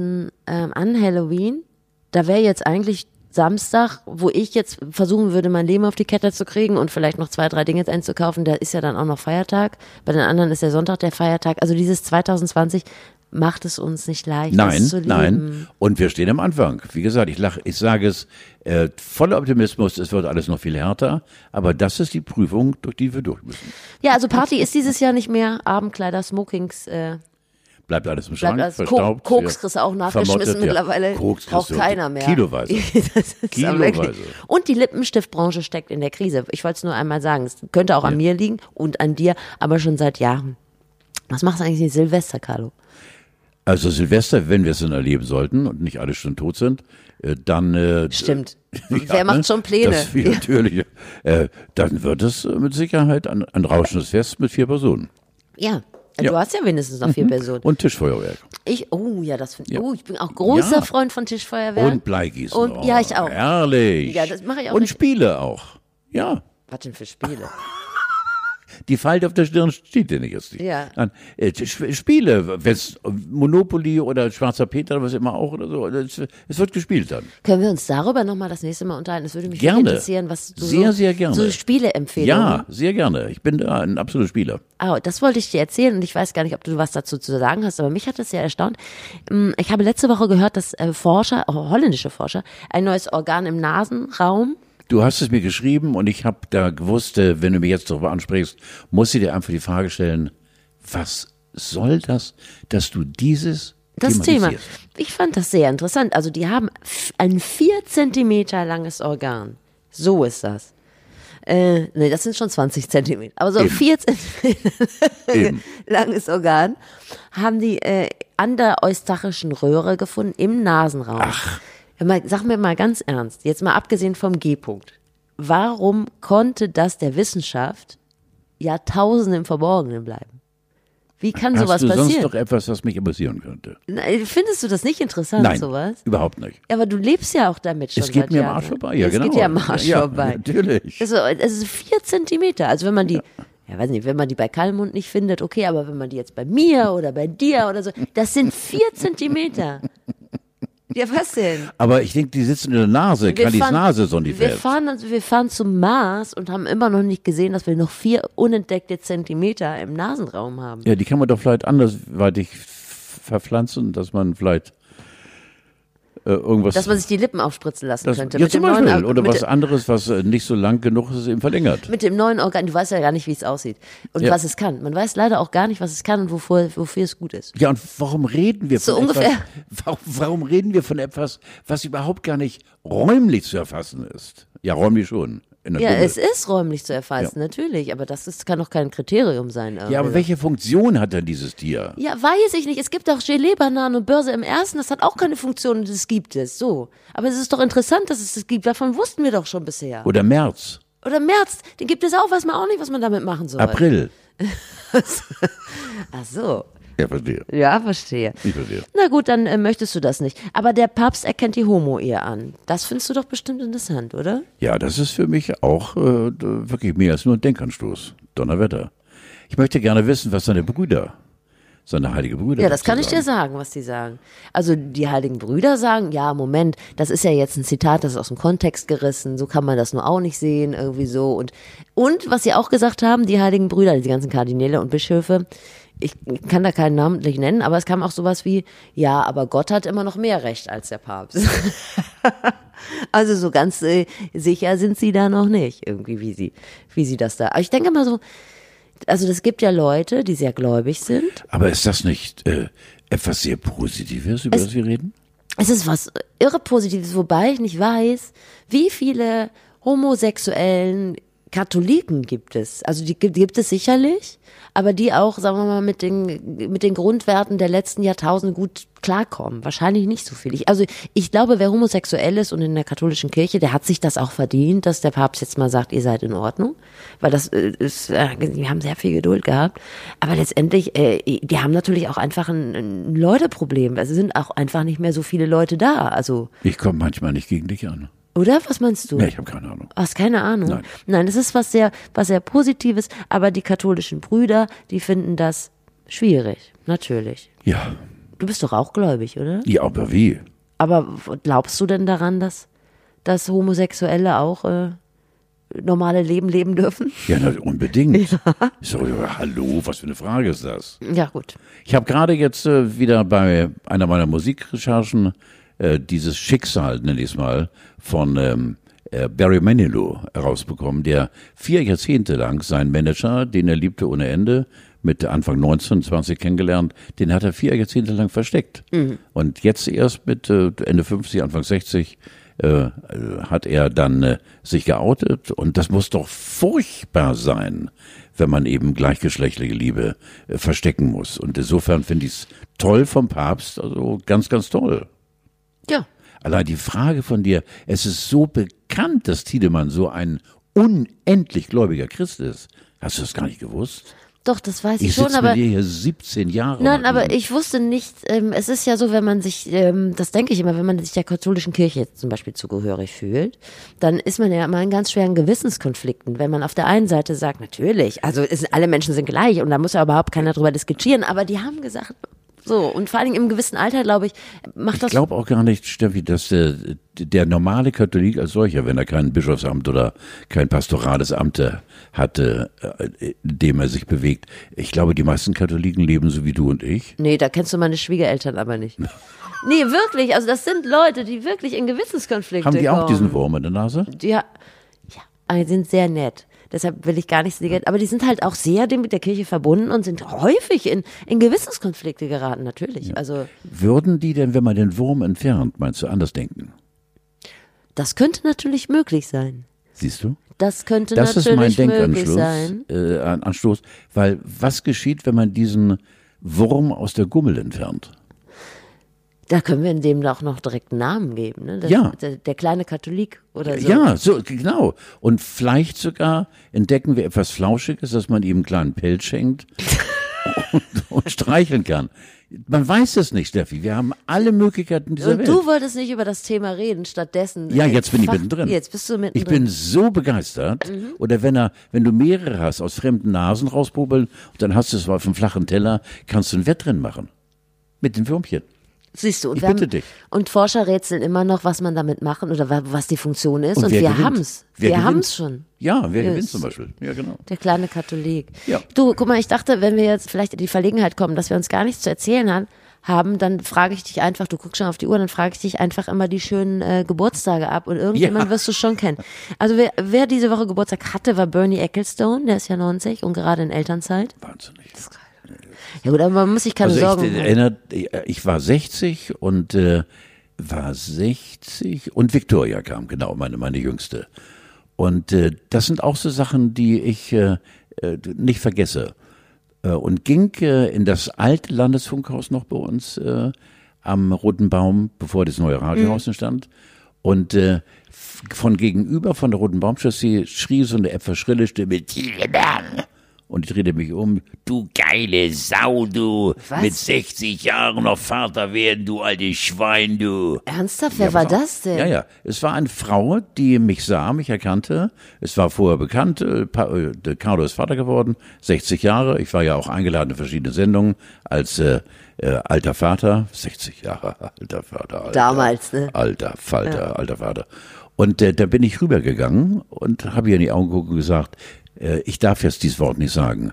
S1: Ähm, an Halloween. Da wäre jetzt eigentlich Samstag, wo ich jetzt versuchen würde, mein Leben auf die Kette zu kriegen und vielleicht noch zwei, drei Dinge einzukaufen. Da ist ja dann auch noch Feiertag. Bei den anderen ist der Sonntag der Feiertag. Also dieses 2020 macht es uns nicht leicht.
S2: Nein,
S1: es zu lieben.
S2: nein. Und wir stehen am Anfang. Wie gesagt, ich lach, ich sage es äh, voller Optimismus, es wird alles noch viel härter, aber das ist die Prüfung, durch die wir durch müssen.
S1: Ja, also Party ist dieses Jahr nicht mehr. Abendkleider, Smokings. Äh,
S2: Bleibt alles im Schrank,
S1: bleibt alles. Ko-
S2: verstaubt.
S1: Koks
S2: ja.
S1: kriegst du auch nachgeschmissen
S2: Vermottet, ja.
S1: mittlerweile.
S2: Koks kriegst
S1: Braucht
S2: du
S1: keiner mehr.
S2: Kiloweise.
S1: das ist aber
S2: Kiloweise.
S1: wirklich- Und die Lippenstiftbranche steckt in der Krise. Ich wollte es nur einmal sagen. Es könnte auch an mir liegen und an dir, aber schon seit Jahren. Was machst du eigentlich in Silvester, Carlo?
S2: Also Silvester, wenn wir es dann erleben sollten und nicht alle schon tot sind, äh, dann äh,
S1: Stimmt.
S2: Ja,
S1: Wer
S2: ne?
S1: macht schon Pläne?
S2: Das, ja, natürlich. Äh, dann wird es äh, mit Sicherheit ein, ein rauschendes Fest mit vier Personen.
S1: Ja.
S2: Ja. Mhm.
S1: Du hast ja wenigstens noch vier Personen.
S2: Und Tischfeuerwerk.
S1: Ich, oh ja, das finde ich. Oh, ich bin auch großer
S2: Ja.
S1: Freund von Tischfeuerwerk.
S2: Und Bleigießen.
S1: Und-
S2: Oh,
S1: ja, ich auch.
S2: Herrlich.
S1: Ja, das mache ich auch
S2: Und
S1: nicht.
S2: Spiele auch. Ja.
S1: Was denn für Spiele?
S2: Die Falte auf der Stirn steht dir nicht jetzt nicht.
S1: Ja.
S2: Nein, äh, Tisch- Spiele, wenn's Monopoly oder Schwarzer Peter oder was immer auch oder so. Es, es wird gespielt dann.
S1: Können wir uns darüber nochmal das nächste Mal unterhalten? Das würde mich
S2: Gerne.
S1: wirklich interessieren, was du
S2: Sehr,
S1: so,
S2: sehr gerne.
S1: so Spieleempfehlungen
S2: Ja, sehr gerne. Ich bin da ein absoluter Spieler.
S1: Ah, das wollte ich dir erzählen und ich weiß gar nicht, ob du was dazu zu sagen hast, aber mich hat es sehr erstaunt. Ähm, Ich habe letzte Woche gehört, dass äh, Forscher, auch holländische Forscher, ein neues Organ im Nasenraum.
S2: Du hast es mir geschrieben und ich habe da gewusst, äh, wenn du mich jetzt darüber ansprichst, muss ich dir einfach die Frage stellen, was soll das, dass du dieses
S1: Das Thema.
S2: thematisierst?
S1: Ich fand das sehr interessant. Also die haben f- ein vier Zentimeter langes Organ. So ist das. Äh, nee, das sind schon 20 Zentimeter. Aber so ein
S2: Eben.
S1: 4 Zentimeter
S2: Eben.
S1: langes Organ haben die äh, an der eustachischen Röhre gefunden, im Nasenraum. Ach. Mal, sag mir mal ganz ernst, jetzt mal abgesehen vom G-Punkt. Warum konnte das der Wissenschaft Jahrtausende im Verborgenen bleiben? Wie kann
S2: Hast
S1: sowas
S2: du sonst
S1: passieren?
S2: noch etwas, was mich interessieren könnte?
S1: Nein, Findest du das nicht interessant,
S2: Nein,
S1: sowas?
S2: überhaupt nicht.
S1: Ja, aber du lebst ja auch damit schon.
S2: Es geht
S1: seit
S2: mir am
S1: Jahren,
S2: Arsch
S1: ne?
S2: vorbei. Ja,
S1: es
S2: genau.
S1: geht ja am Arsch
S2: Ja,
S1: vorbei.
S2: natürlich.
S1: Also, es ist vier Zentimeter. Also, wenn man die, ja. weiß nicht, wenn man die bei Kalmund nicht findet, okay, aber wenn man die jetzt bei mir oder bei dir oder so, das sind vier Zentimeter. Ja, was denn?
S2: Aber ich denke, die sitzen in der Nase, Kallis Nase, so die
S1: wir
S2: Fans.
S1: fahren, also wir fahren zum Mars und haben immer noch nicht gesehen, dass wir noch vier unentdeckte Zentimeter im Nasenraum haben.
S2: Ja, die kann man doch vielleicht andersweitig f- verpflanzen, dass man vielleicht äh, irgendwas.
S1: Dass man sich die Lippen aufspritzen lassen
S2: das,
S1: könnte.
S2: ja,
S1: mit
S2: zum
S1: dem neuen
S2: Beispiel.
S1: Ab-
S2: Oder
S1: mit
S2: was anderes, was äh, nicht so lang genug ist, ist eben verlängert.
S1: mit dem neuen Organ, du weißt ja gar nicht, wie es aussieht und
S2: Ja.
S1: was es kann. Man weiß leider auch gar nicht, was es kann und wofür, wofür es gut ist.
S2: Ja, und warum reden wir
S1: So
S2: von
S1: ungefähr.
S2: etwas, warum, warum reden wir von etwas, was überhaupt gar nicht räumlich zu erfassen ist? Ja, räumlich schon. In der
S1: Ja,
S2: Summe.
S1: es ist räumlich zu erfassen, natürlich, aber das ist, kann doch kein Kriterium sein.
S2: ja, aber
S1: irgendwie.
S2: welche Funktion hat denn dieses Tier?
S1: ja, weiß ich nicht. Es gibt auch Gelee-Bananen und Börse im Ersten, das hat auch keine Funktion und es gibt es, so. Aber es ist doch interessant, dass es es gibt, davon wussten wir doch schon bisher.
S2: Oder März,
S1: Oder März, den gibt es auch, weiß man auch nicht, was man damit machen soll.
S2: April?
S1: Ach so.
S2: Ja, verstehe.
S1: Ja, verstehe.
S2: Ich verstehe.
S1: Na gut, dann äh, möchtest du das nicht. Aber der Papst erkennt die Homo-Ehe an. Das findest du doch bestimmt interessant, oder?
S2: Ja, das ist für mich auch äh, d- wirklich mehr als nur ein Denkanstoß. Donnerwetter. Ich möchte gerne wissen, was seine Brüder, seine heilige Brüder.
S1: Ja, das
S2: dazu
S1: kann ich
S2: sagen.
S1: dir sagen, was die sagen. Also die heiligen Brüder sagen, ja, Moment, das ist ja jetzt ein Zitat, das ist aus dem Kontext gerissen, so kann man das nur auch nicht sehen, irgendwie so. Und, und was sie auch gesagt haben, die heiligen Brüder, die ganzen Kardinäle und Bischöfe, ich kann da keinen Namen nicht nennen, aber es kam auch sowas wie, ja, aber Gott hat immer noch mehr Recht als der Papst. Also so ganz äh, sicher sind sie da noch nicht, irgendwie, wie sie, wie sie das da. Aber ich denke mal so, also das gibt ja Leute, die sehr gläubig sind.
S2: Aber ist das nicht äh, etwas sehr Positives, über das wir reden?
S1: es ist was irre Positives, wobei ich nicht weiß, wie viele Homosexuellen Katholiken gibt es. Also die gibt- gibt es sicherlich, aber die auch, sagen wir mal, mit den, mit den Grundwerten der letzten Jahrtausende gut klarkommen. Wahrscheinlich nicht so viel. Ich, also ich glaube, wer homosexuell ist und in der katholischen Kirche, der hat sich das auch verdient, dass der Papst jetzt mal sagt, ihr seid in Ordnung. Weil das äh, ist, äh, die haben sehr viel Geduld gehabt. Aber letztendlich, äh, die haben natürlich auch einfach ein, ein Leuteproblem. Es sind auch einfach nicht mehr so viele Leute da. Also,
S2: Ich komme manchmal nicht gegen dich an.
S1: oder? Was meinst du?
S2: Nee, ich habe keine Ahnung.
S1: Hast keine Ahnung.
S2: Nein.
S1: Nein. das ist was sehr, was sehr Positives, aber die katholischen Brüder, die finden das schwierig, natürlich.
S2: Ja,
S1: Du bist doch auch gläubig, oder?
S2: ja, aber wie?
S1: Aber glaubst du denn daran, dass, dass Homosexuelle auch äh, normale Leben leben dürfen?
S2: Ja, na, unbedingt. So, ja, hallo, was für eine Frage ist das?
S1: Ja, gut.
S2: Ich habe gerade jetzt äh, wieder bei einer meiner Musikrecherchen äh, dieses Schicksal, nenn ich es mal, von ähm, äh, Barry Manilow herausbekommen, der vier Jahrzehnte lang seinen Manager, den er liebte ohne Ende, mit Anfang 19, 20 kennengelernt, den hat er vier Jahrzehnte lang versteckt. Und jetzt erst mit äh, Ende 50, Anfang 60 äh, hat er dann äh, sich geoutet und das muss doch furchtbar sein, wenn man eben gleichgeschlechtliche Liebe äh, verstecken muss. Und insofern finde ich es toll vom Papst, also ganz, ganz toll.
S1: Ja.
S2: Allein die Frage von dir, es ist so bekannt, dass Tiedemann so ein unendlich gläubiger Christ ist. Hast du das gar nicht gewusst?
S1: Doch, das weiß ich,
S2: Ich
S1: schon,
S2: sitze mit
S1: aber.
S2: dir hier 17 Jahre.
S1: Nein,
S2: lang.
S1: aber ich wusste nicht, ähm, es ist ja so, wenn man sich, ähm, das denke ich immer, wenn man sich der katholischen Kirche jetzt zum Beispiel zugehörig fühlt, dann ist man ja immer in ganz schweren Gewissenskonflikten, wenn man auf der einen Seite sagt, natürlich, also es, sind- alle Menschen sind gleich und da muss ja überhaupt keiner drüber diskutieren, aber die haben gesagt, so, und vor allen Dingen im gewissen Alter, glaube ich, macht
S2: Ich
S1: das
S2: glaube auch gar nicht, Steffi, dass der, der normale Katholik als solcher, wenn er kein Bischofsamt oder kein pastorales Amt hatte, äh, in dem er sich bewegt, ich glaube, die meisten Katholiken leben so wie du und ich.
S1: Nee, da kennst du meine Schwiegereltern aber nicht. Nee, wirklich, also das sind Leute, die wirklich in Gewissenskonflikte
S2: Haben die auch
S1: kommen.
S2: diesen Wurm in der Nase?
S1: Ja, ja, aber die sind sehr nett. Deshalb will ich gar nichts negieren. Aber die sind halt auch sehr dem mit der Kirche verbunden und sind häufig in, in Gewissenskonflikte geraten, natürlich. Also
S2: Würden die denn, wenn man den Wurm entfernt, meinst du, anders denken?
S1: das könnte natürlich möglich sein.
S2: Siehst du?
S1: Das könnte
S2: Das ist mein
S1: natürlich möglich
S2: Denkanschluss,
S1: sein.
S2: äh, ein Anstoß, weil was geschieht, wenn man diesen Wurm aus der Gummel entfernt?
S1: Da können wir dem auch noch direkt einen Namen geben. Ne? Das,
S2: Ja.
S1: Der, der kleine Katholik oder so.
S2: Ja, so, genau. Und vielleicht sogar entdecken wir etwas Flauschiges, dass man ihm einen kleinen Pelz schenkt und, und streicheln kann. Man weiß es nicht, Steffi. Wir haben alle Möglichkeiten dieser
S1: Und
S2: Welt.
S1: du wolltest nicht über das Thema reden, stattdessen. äh,
S2: ja, jetzt bin ich
S1: Fach-
S2: mittendrin.
S1: Jetzt bist du mittendrin.
S2: Ich bin so begeistert.
S1: Mhm.
S2: Oder wenn er, wenn du mehrere hast, aus fremden Nasen rauspobeln und dann hast du es mal auf dem flachen Teller, kannst du ein Wettrennen machen. Mit den Würmchen.
S1: Siehst du, und,
S2: Ich
S1: wir
S2: bitte
S1: haben,
S2: dich.
S1: und Forscher rätseln immer noch, was man damit machen oder wa- was die Funktion ist. Und,
S2: wer
S1: wir
S2: gewinnt?
S1: haben's.
S2: Wer
S1: wir
S2: gewinnt?
S1: haben's schon.
S2: Ja, wer gewinnt
S1: Yes.
S2: zum Beispiel? Ja, genau.
S1: Der kleine Katholik.
S2: Ja.
S1: Du, guck mal, ich dachte, wenn wir jetzt vielleicht in die Verlegenheit kommen, dass wir uns gar nichts zu erzählen han- haben, dann frage ich dich einfach, du guckst schon auf die Uhr, dann frage ich dich einfach immer die schönen äh, Geburtstage ab und irgendjemand
S2: Ja.
S1: wirst du schon kennen. Also wer, wer diese Woche Geburtstag hatte, war Bernie Ecclestone, der ist ja 90 und gerade in Elternzeit.
S2: Wahnsinnig.
S1: Ja gut, aber man muss sich keine
S2: Also
S1: Sorgen
S2: ich,
S1: machen.
S2: erinnert, äh, ich war 60 und äh, war 60 und Victoria kam, genau, meine, meine Jüngste. Und äh, das sind auch so Sachen, die ich äh, äh, nicht vergesse. Äh, und ging äh, in das alte Landesfunkhaus noch bei uns äh, am Roten Baum, bevor das
S1: Mhm.
S2: neue Radiohaus entstand. Und äh, f- von gegenüber von der Roten Baumchaussee schrie so eine etwas schrille Stimme, Tiedemann! Und ich drehte mich um, du geile Sau, du,
S1: Was?
S2: mit 60 Jahren noch Vater werden, du alte Schwein, du.
S1: Ernsthaft, wer
S2: Ja,
S1: war
S2: pass auf.
S1: das denn?
S2: Ja, ja. Es war eine Frau, die mich sah, mich erkannte. Es war vorher bekannt, äh, Pa- äh, der Carlo ist Vater geworden, 60 Jahre. Ich war ja auch eingeladen in verschiedene Sendungen als äh, äh, alter Vater, 60 Jahre alter Vater. Alter,
S1: Damals, ne?
S2: Alter Falter, alter Vater. Und äh, da bin ich rübergegangen und habe ihr in die Augen geguckt und gesagt, äh, ich darf jetzt dieses Wort nicht sagen.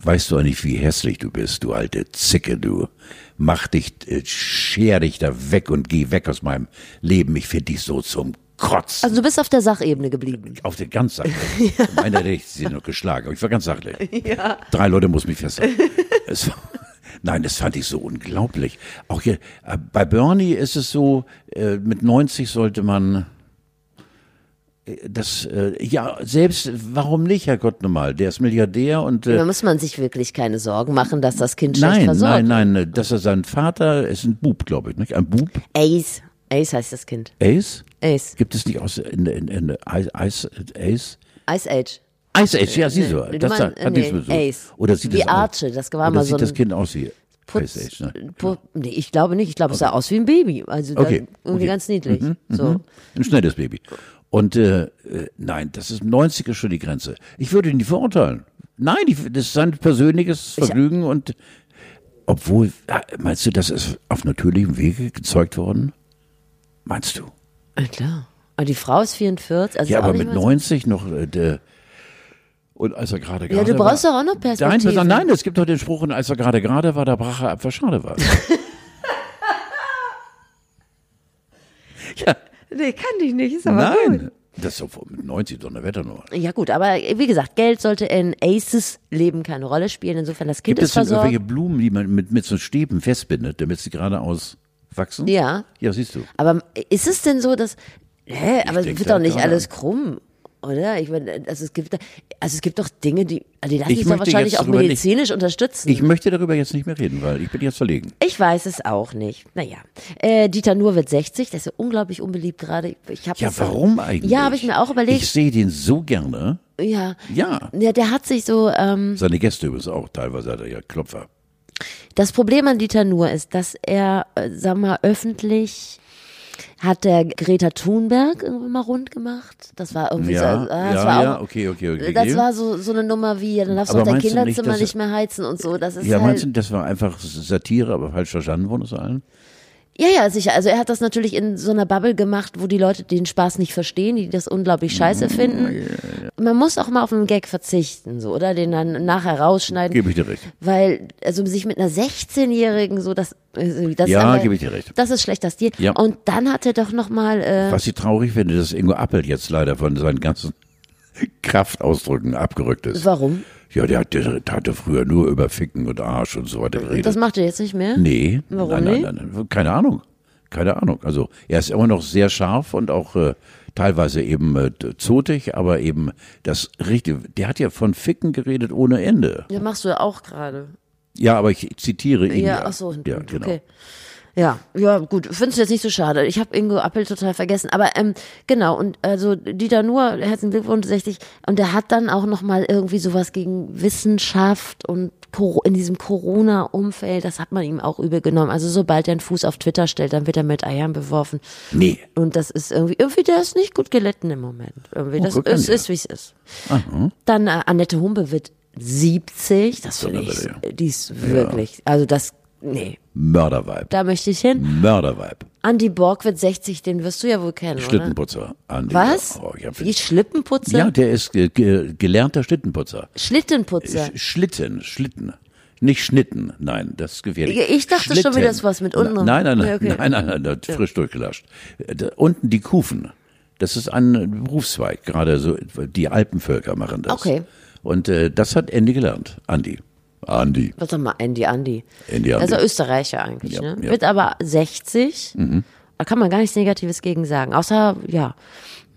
S2: Weißt du eigentlich, wie hässlich du bist, du alte Zicke, du. Mach dich, äh, scher dich da weg und geh weg aus meinem Leben. Ich finde dich so zum Kotz.
S1: Also du bist auf der Sachebene geblieben.
S2: auf den ganz sachlich. ja. Meiner hätte ich sie noch geschlagen, aber ich war ganz sachlich. Drei Leute muss mich festhalten. es war, nein, das fand ich so unglaublich. Auch hier, äh, bei Bernie ist es so, äh, mit 90 sollte man, das, äh, ja, selbst, warum nicht, Herr Gott nochmal? Der ist Milliardär und äh,
S1: Da muss man sich wirklich keine Sorgen machen, dass das Kind schlecht
S2: nein,
S1: versorgt
S2: nein, nein, äh, das ist sein Vater, ist ein Bub, glaube ich, nicht? Ein Bub,
S1: Ace. Ace heißt das Kind.
S2: Ace?
S1: Ace.
S2: Gibt es nicht aus, in, in, in Ice, Ice, Ace?
S1: Ice Age.
S2: Ice
S1: Äh,
S2: Age, ja, sieh so.
S1: Nee, du
S2: das
S1: meinst-
S2: hat, hat
S1: nee,
S2: nichts mit so.
S1: Ace.
S2: Oder sieht
S1: Wie
S2: das aus-
S1: Archie, das war
S2: oder
S1: mal
S2: sieht
S1: so
S2: das
S1: ein
S2: Kind aus wie
S1: Putz-
S2: Ice Age, ne?
S1: Pu- nee, ich glaube nicht. Ich glaube, es sah aus wie ein Baby. Also dann
S2: Okay,
S1: irgendwie
S2: okay. Mhm,
S1: ganz niedlich. So.
S2: Ein schnelles Baby. Und äh, äh, nein, das ist 90 ist schon die Grenze. Ich würde ihn nicht verurteilen. Nein, ich, das ist sein persönliches Vergnügen und obwohl, ja, meinst du, das ist auf natürlichem Wege gezeugt worden? Meinst du?
S1: Ja, Ah, klar. Aber die Frau ist 44. Also
S2: Ja,
S1: ist auch
S2: aber
S1: nicht mal
S2: mit
S1: so-
S2: 90 noch äh, der und als er gerade gerade
S1: Ja, du
S2: war-
S1: brauchst doch auch noch
S2: Nein,
S1: Perspektive.
S2: pass auf, nein, es gibt doch den Spruch, und als er gerade gerade war, da brach er ab, was schade war. ja,
S1: Nee, kann dich nicht. Ist
S2: nein. Das ist doch mit 90 so eine Wetternummer.
S1: Ja gut, aber wie gesagt, Geld sollte in Aces Leben keine Rolle spielen. Insofern das Kind
S2: Gibt es
S1: ist
S2: denn
S1: versorgt.
S2: irgendwelche Blumen, die man mit, mit so Stäben festbindet, damit sie geradeaus wachsen?
S1: Ja.
S2: Ja, siehst du.
S1: Aber ist es denn so, dass hä, aber es
S2: denk
S1: wird
S2: da
S1: doch nicht
S2: gar
S1: alles krumm, oder? Ich meine, also es gibt da- also es gibt doch Dinge, die also die lassen
S2: Ich
S1: sich doch
S2: möchte
S1: wahrscheinlich
S2: jetzt
S1: auch
S2: drüber nicht-
S1: medizinisch unterstützen.
S2: Ich möchte darüber jetzt nicht mehr reden, weil ich bin jetzt verlegen.
S1: Ich weiß es auch nicht. Naja. Äh, Dieter Nuhr wird 60, das ist ja unglaublich unbeliebt gerade. Ich hab
S2: Ja,
S1: das-
S2: warum eigentlich?
S1: Ja, habe ich mir auch
S2: Ich
S1: überlegt.
S2: sehe den so gerne.
S1: ja.
S2: Ja.
S1: Ja, der hat sich so, ähm,
S2: Seine Gäste übrigens auch, teilweise hat er ja Klopfer.
S1: das Problem an Dieter Nuhr ist, dass er, äh, sag mal, öffentlich hat der Greta Thunberg irgendwie mal rund gemacht. Das war irgendwie
S2: Ja,
S1: so, ah, das
S2: ja,
S1: war auch,
S2: ja, okay, okay, okay.
S1: Das war so, so eine Nummer wie, ja, dann darfst du auch
S2: Aber
S1: dein
S2: meinst du nicht,
S1: Kinderzimmer
S2: dass-
S1: nicht mehr heizen und so. Das ist
S2: ja,
S1: halt,
S2: meinst du, das war einfach Satire, aber falsch verstanden worden aus allen?
S1: Ja, ja, sicher. Also er hat das natürlich in so einer Bubble gemacht, wo die Leute den Spaß nicht verstehen, die das unglaublich
S2: Mm,
S1: scheiße finden. Man muss auch mal auf einen Gag verzichten, so, oder? Den dann nachher rausschneiden.
S2: Gebe ich dir recht.
S1: Weil, also sich mit einer 16-Jährigen so, das, äh, das
S2: Ja,
S1: aber-
S2: gebe ich dir recht.
S1: Das ist schlechter Stil.
S2: Ja.
S1: Und dann hat er doch nochmal, äh,
S2: Was ich traurig finde, dass Ingo Appelt jetzt leider von seinen ganzen Kraftausdrücken abgerückt ist.
S1: warum?
S2: Ja, der, hat, der, der hatte früher nur über Ficken und Arsch und so weiter geredet.
S1: Das macht er jetzt nicht mehr?
S2: nee,
S1: Warum
S2: nein,
S1: nicht?
S2: nein, nein, nein, keine Ahnung. Keine Ahnung. Also er ist immer noch sehr scharf und auch äh, teilweise eben äh, zotig, aber eben das Richtige. Der hat ja von Ficken geredet ohne Ende.
S1: Ja, machst du ja auch gerade.
S2: Ja, aber ich zitiere ihn.
S1: Ja, ach so.
S2: Ja, genau.
S1: Okay. Ja, ja, gut, findest du jetzt nicht so schade. Ich habe Ingo Appel total vergessen, aber ähm, genau und also Dieter Nuhr, herzlichen Glückwunsch 60 und der hat dann auch noch mal irgendwie sowas gegen Wissenschaft und Cor- in diesem Corona Umfeld, das hat man ihm auch übel genommen. Also sobald er einen Fuß auf Twitter stellt, dann wird er mit Eiern beworfen
S2: Nee.
S1: und das ist irgendwie irgendwie der ist nicht gut gelitten im Moment. Irgendwie das
S2: guck an,
S1: ist,
S2: Oh, ja. Mhm.
S1: ist wie es ist. Dann äh, Annette Humpe wird 70, das finde ich,
S2: Donnerwetter,
S1: die ist wirklich, also das nee,
S2: Mörderweib.
S1: da möchte ich hin.
S2: Mörderweib.
S1: Andy Borg wird 60, den wirst du ja wohl kennen, oder?
S2: Schlittenputzer. Andi.
S1: Was?
S2: Oh, ich hab
S1: Wie Schlittenputzer?
S2: ja, der ist ge ge gelernter Schlittenputzer.
S1: Schlittenputzer.
S2: Sch- Schlitten, Schlitten. Nicht Schnitten, nein, das ist gefährlich.
S1: Ja, ich dachte schon
S2: Schlitten.
S1: wieder, es was mit unten.
S2: Nein, nein, nein,
S1: Ja, okay.
S2: nein, nein, nein, nein frisch durchgelascht. Äh, da- Unten die Kufen, das ist ein Berufszweig, gerade so, die Alpenvölker machen das.
S1: Okay.
S2: Und äh, das hat Andy gelernt, Andi. Andi.
S1: Was sag mal, Andy Andy.
S2: Andy,
S1: Also
S2: Andy.
S1: Österreicher eigentlich,
S2: Ja,
S1: ne?
S2: ja. Mhm.
S1: Wird aber 60. Da kann man gar nichts Negatives gegen sagen. Außer, ja.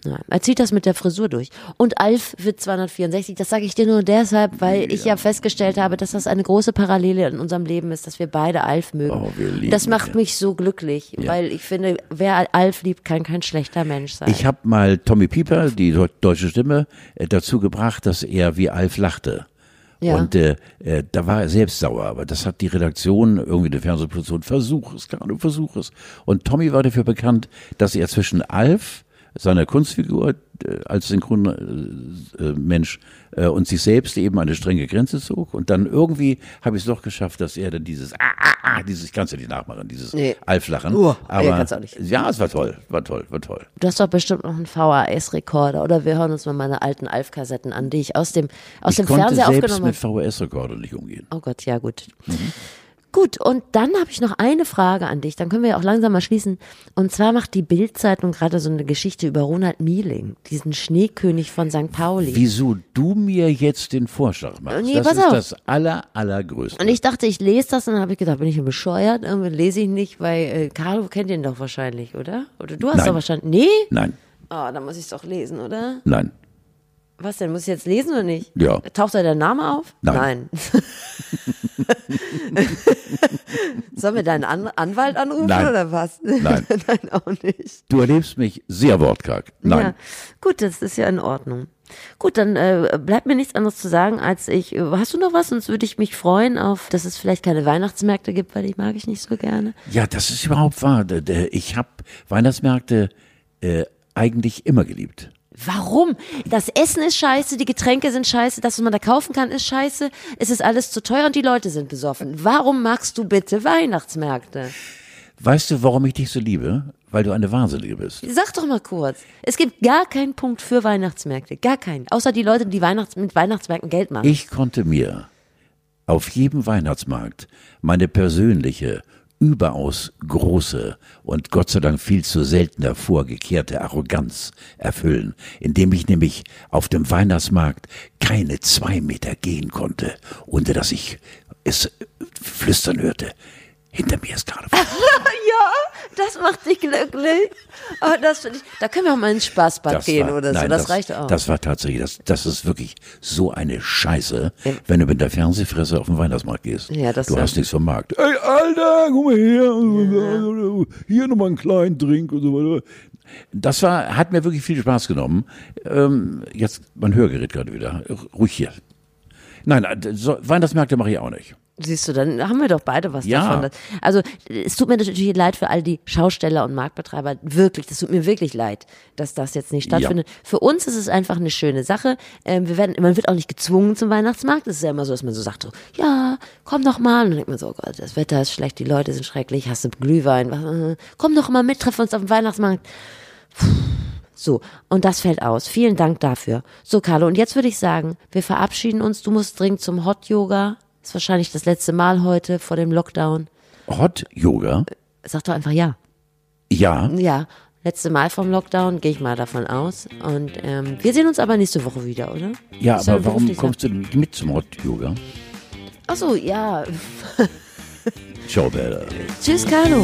S1: Nein, er zieht das mit der Frisur durch. Und Alf wird 264. Das sage ich dir nur deshalb, weil ich ja festgestellt habe, dass das eine große Parallele in unserem Leben ist, dass wir beide Alf mögen.
S2: Oh, wir lieben
S1: das macht
S2: ihn.
S1: mich so glücklich, weil ich finde, wer Alf liebt, kann kein schlechter Mensch sein.
S2: Ich habe mal Tommy Pieper, die deu- deutsche Stimme, äh, dazu gebracht, dass er wie Alf lachte.
S1: Ja.
S2: Und äh, äh, da war er selbst sauer, aber das hat die Redaktion, irgendwie die Fernsehproduktion, versuch es, gerade versuch es. Und Tommy war dafür bekannt, dass er zwischen Alf, seiner Kunstfigur äh, als Synchronmensch äh, Mensch, äh, und sich selbst eben eine strenge Grenze zog. Und dann irgendwie habe ich es doch geschafft, dass er dann dieses, ah, ah, ah, dieses, ich kann es ja nicht nachmachen, dieses
S1: Nee.
S2: Alf-Lachen.
S1: Uah, ja,
S2: aber
S1: kann's auch nicht.
S2: ja, es war toll, war toll, war toll.
S1: Du hast doch bestimmt noch einen VHS-Rekorder oder wir hören uns mal meine alten Alf-Kassetten an, die ich aus dem, aus dem
S2: ich konnte
S1: Fernseher
S2: selbst
S1: aufgenommen
S2: mit
S1: habe.
S2: VHS-Rekorder nicht umgehen.
S1: Oh Gott, ja gut. Gut, und dann habe ich noch eine Frage an dich, dann können wir ja auch langsam mal schließen. Und zwar macht die Bild-Zeitung gerade so eine Geschichte über Ronald Mieling, diesen Schneekönig von St. Pauli.
S2: Wieso du mir jetzt den Vorschlag machst,
S1: Nee,
S2: das
S1: pass
S2: ist
S1: auf.
S2: das aller, allergrößte.
S1: Und ich dachte, ich lese das und dann habe ich gedacht, bin ich denn bescheuert? Irgendwie lese ich nicht, weil äh, Carlo kennt ihn doch wahrscheinlich, oder? Oder du hast
S2: Nein.
S1: doch wahrscheinlich. Nee?
S2: Nein,
S1: Oh, dann muss ich es doch lesen, oder?
S2: Nein.
S1: Was denn? Muss ich jetzt lesen oder nicht?
S2: Ja.
S1: Taucht da der Name auf?
S2: Nein.
S1: Sollen wir deinen An Anwalt anrufen
S2: Nein.
S1: oder was?
S2: Nein.
S1: Nein, auch nicht.
S2: Du erlebst mich sehr wortkarg.
S1: Ja.
S2: Nein.
S1: Gut, das ist ja in Ordnung. Gut, dann äh, bleibt mir nichts anderes zu sagen, als ich. Äh, hast du noch was? Sonst würde ich mich freuen auf, dass es vielleicht keine Weihnachtsmärkte gibt, weil die mag ich nicht so gerne.
S2: Ja, das ist überhaupt wahr. D- d- Ich habe Weihnachtsmärkte äh, eigentlich immer geliebt.
S1: Warum? Das Essen ist scheiße, die Getränke sind scheiße, das, was man da kaufen kann, ist scheiße, es ist alles zu teuer und die Leute sind besoffen. Warum magst du bitte Weihnachtsmärkte?
S2: Weißt du, warum ich dich so liebe? Weil du eine Wahnsinnige bist.
S1: Sag doch mal kurz. Es gibt gar keinen Punkt für Weihnachtsmärkte. Gar keinen. Außer die Leute, die Weihnachts mit Weihnachtsmärkten Geld machen.
S2: Ich konnte mir auf jedem Weihnachtsmarkt meine persönliche, überaus große und Gott sei Dank viel zu selten hervorgekehrte Arroganz erfüllen, indem ich nämlich auf dem Weihnachtsmarkt keine zwei Meter gehen konnte, ohne dass ich es flüstern hörte. Hinter mir ist Karneval.
S1: Ja, das macht dich glücklich. Aber das finde ich, da können wir auch mal ins Spaßbad gehen
S2: war-
S1: oder so.
S2: nein,
S1: das, reicht auch.
S2: Das war tatsächlich, das, das ist wirklich so eine Scheiße, wenn du mit der Fernsehfresse auf den Weihnachtsmarkt gehst.
S1: Ja, das
S2: du
S1: stimmt.
S2: hast nichts vom Markt. Ey, Alter, guck mal her. Hier nochmal einen kleinen Drink und so weiter. Das war, hat mir wirklich viel Spaß genommen. Ähm, jetzt mein Hörgerät gerade wieder. Ruhig hier. Nein, äh, so, Weihnachtsmärkte mache ich auch nicht.
S1: Siehst du, dann haben wir doch beide was
S2: Ja.
S1: davon. Also es tut mir natürlich leid für all die Schausteller und Marktbetreiber. Wirklich, das tut mir wirklich leid, dass das jetzt nicht stattfindet. Für uns ist es einfach eine schöne Sache. Ähm, wir werden, man wird auch nicht gezwungen zum Weihnachtsmarkt. Es ist ja immer so, dass man so sagt, so, ja, komm doch mal. Und dann denkt man so, oh Gott, das Wetter ist schlecht, die Leute sind schrecklich, hast du Glühwein, was, äh, komm doch mal mit, treff uns auf dem Weihnachtsmarkt. Puh. So, und das fällt aus. Vielen Dank dafür. So, Carlo, und jetzt würde ich sagen, wir verabschieden uns. Du musst dringend zum Hot Yoga. Ist wahrscheinlich das letzte Mal heute vor dem Lockdown.
S2: Hot Yoga?
S1: Sag doch einfach ja.
S2: Ja.
S1: Ja, letzte Mal vom Lockdown, gehe ich mal davon aus. Und ähm, wir sehen uns aber nächste Woche wieder, oder?
S2: Ja,
S1: Ist ja
S2: aber warum
S1: beruflich-
S2: kommst du denn mit zum Hot Yoga?
S1: Ach so, ja.
S2: Ciao, Bella.
S1: Tschüss, Carlo.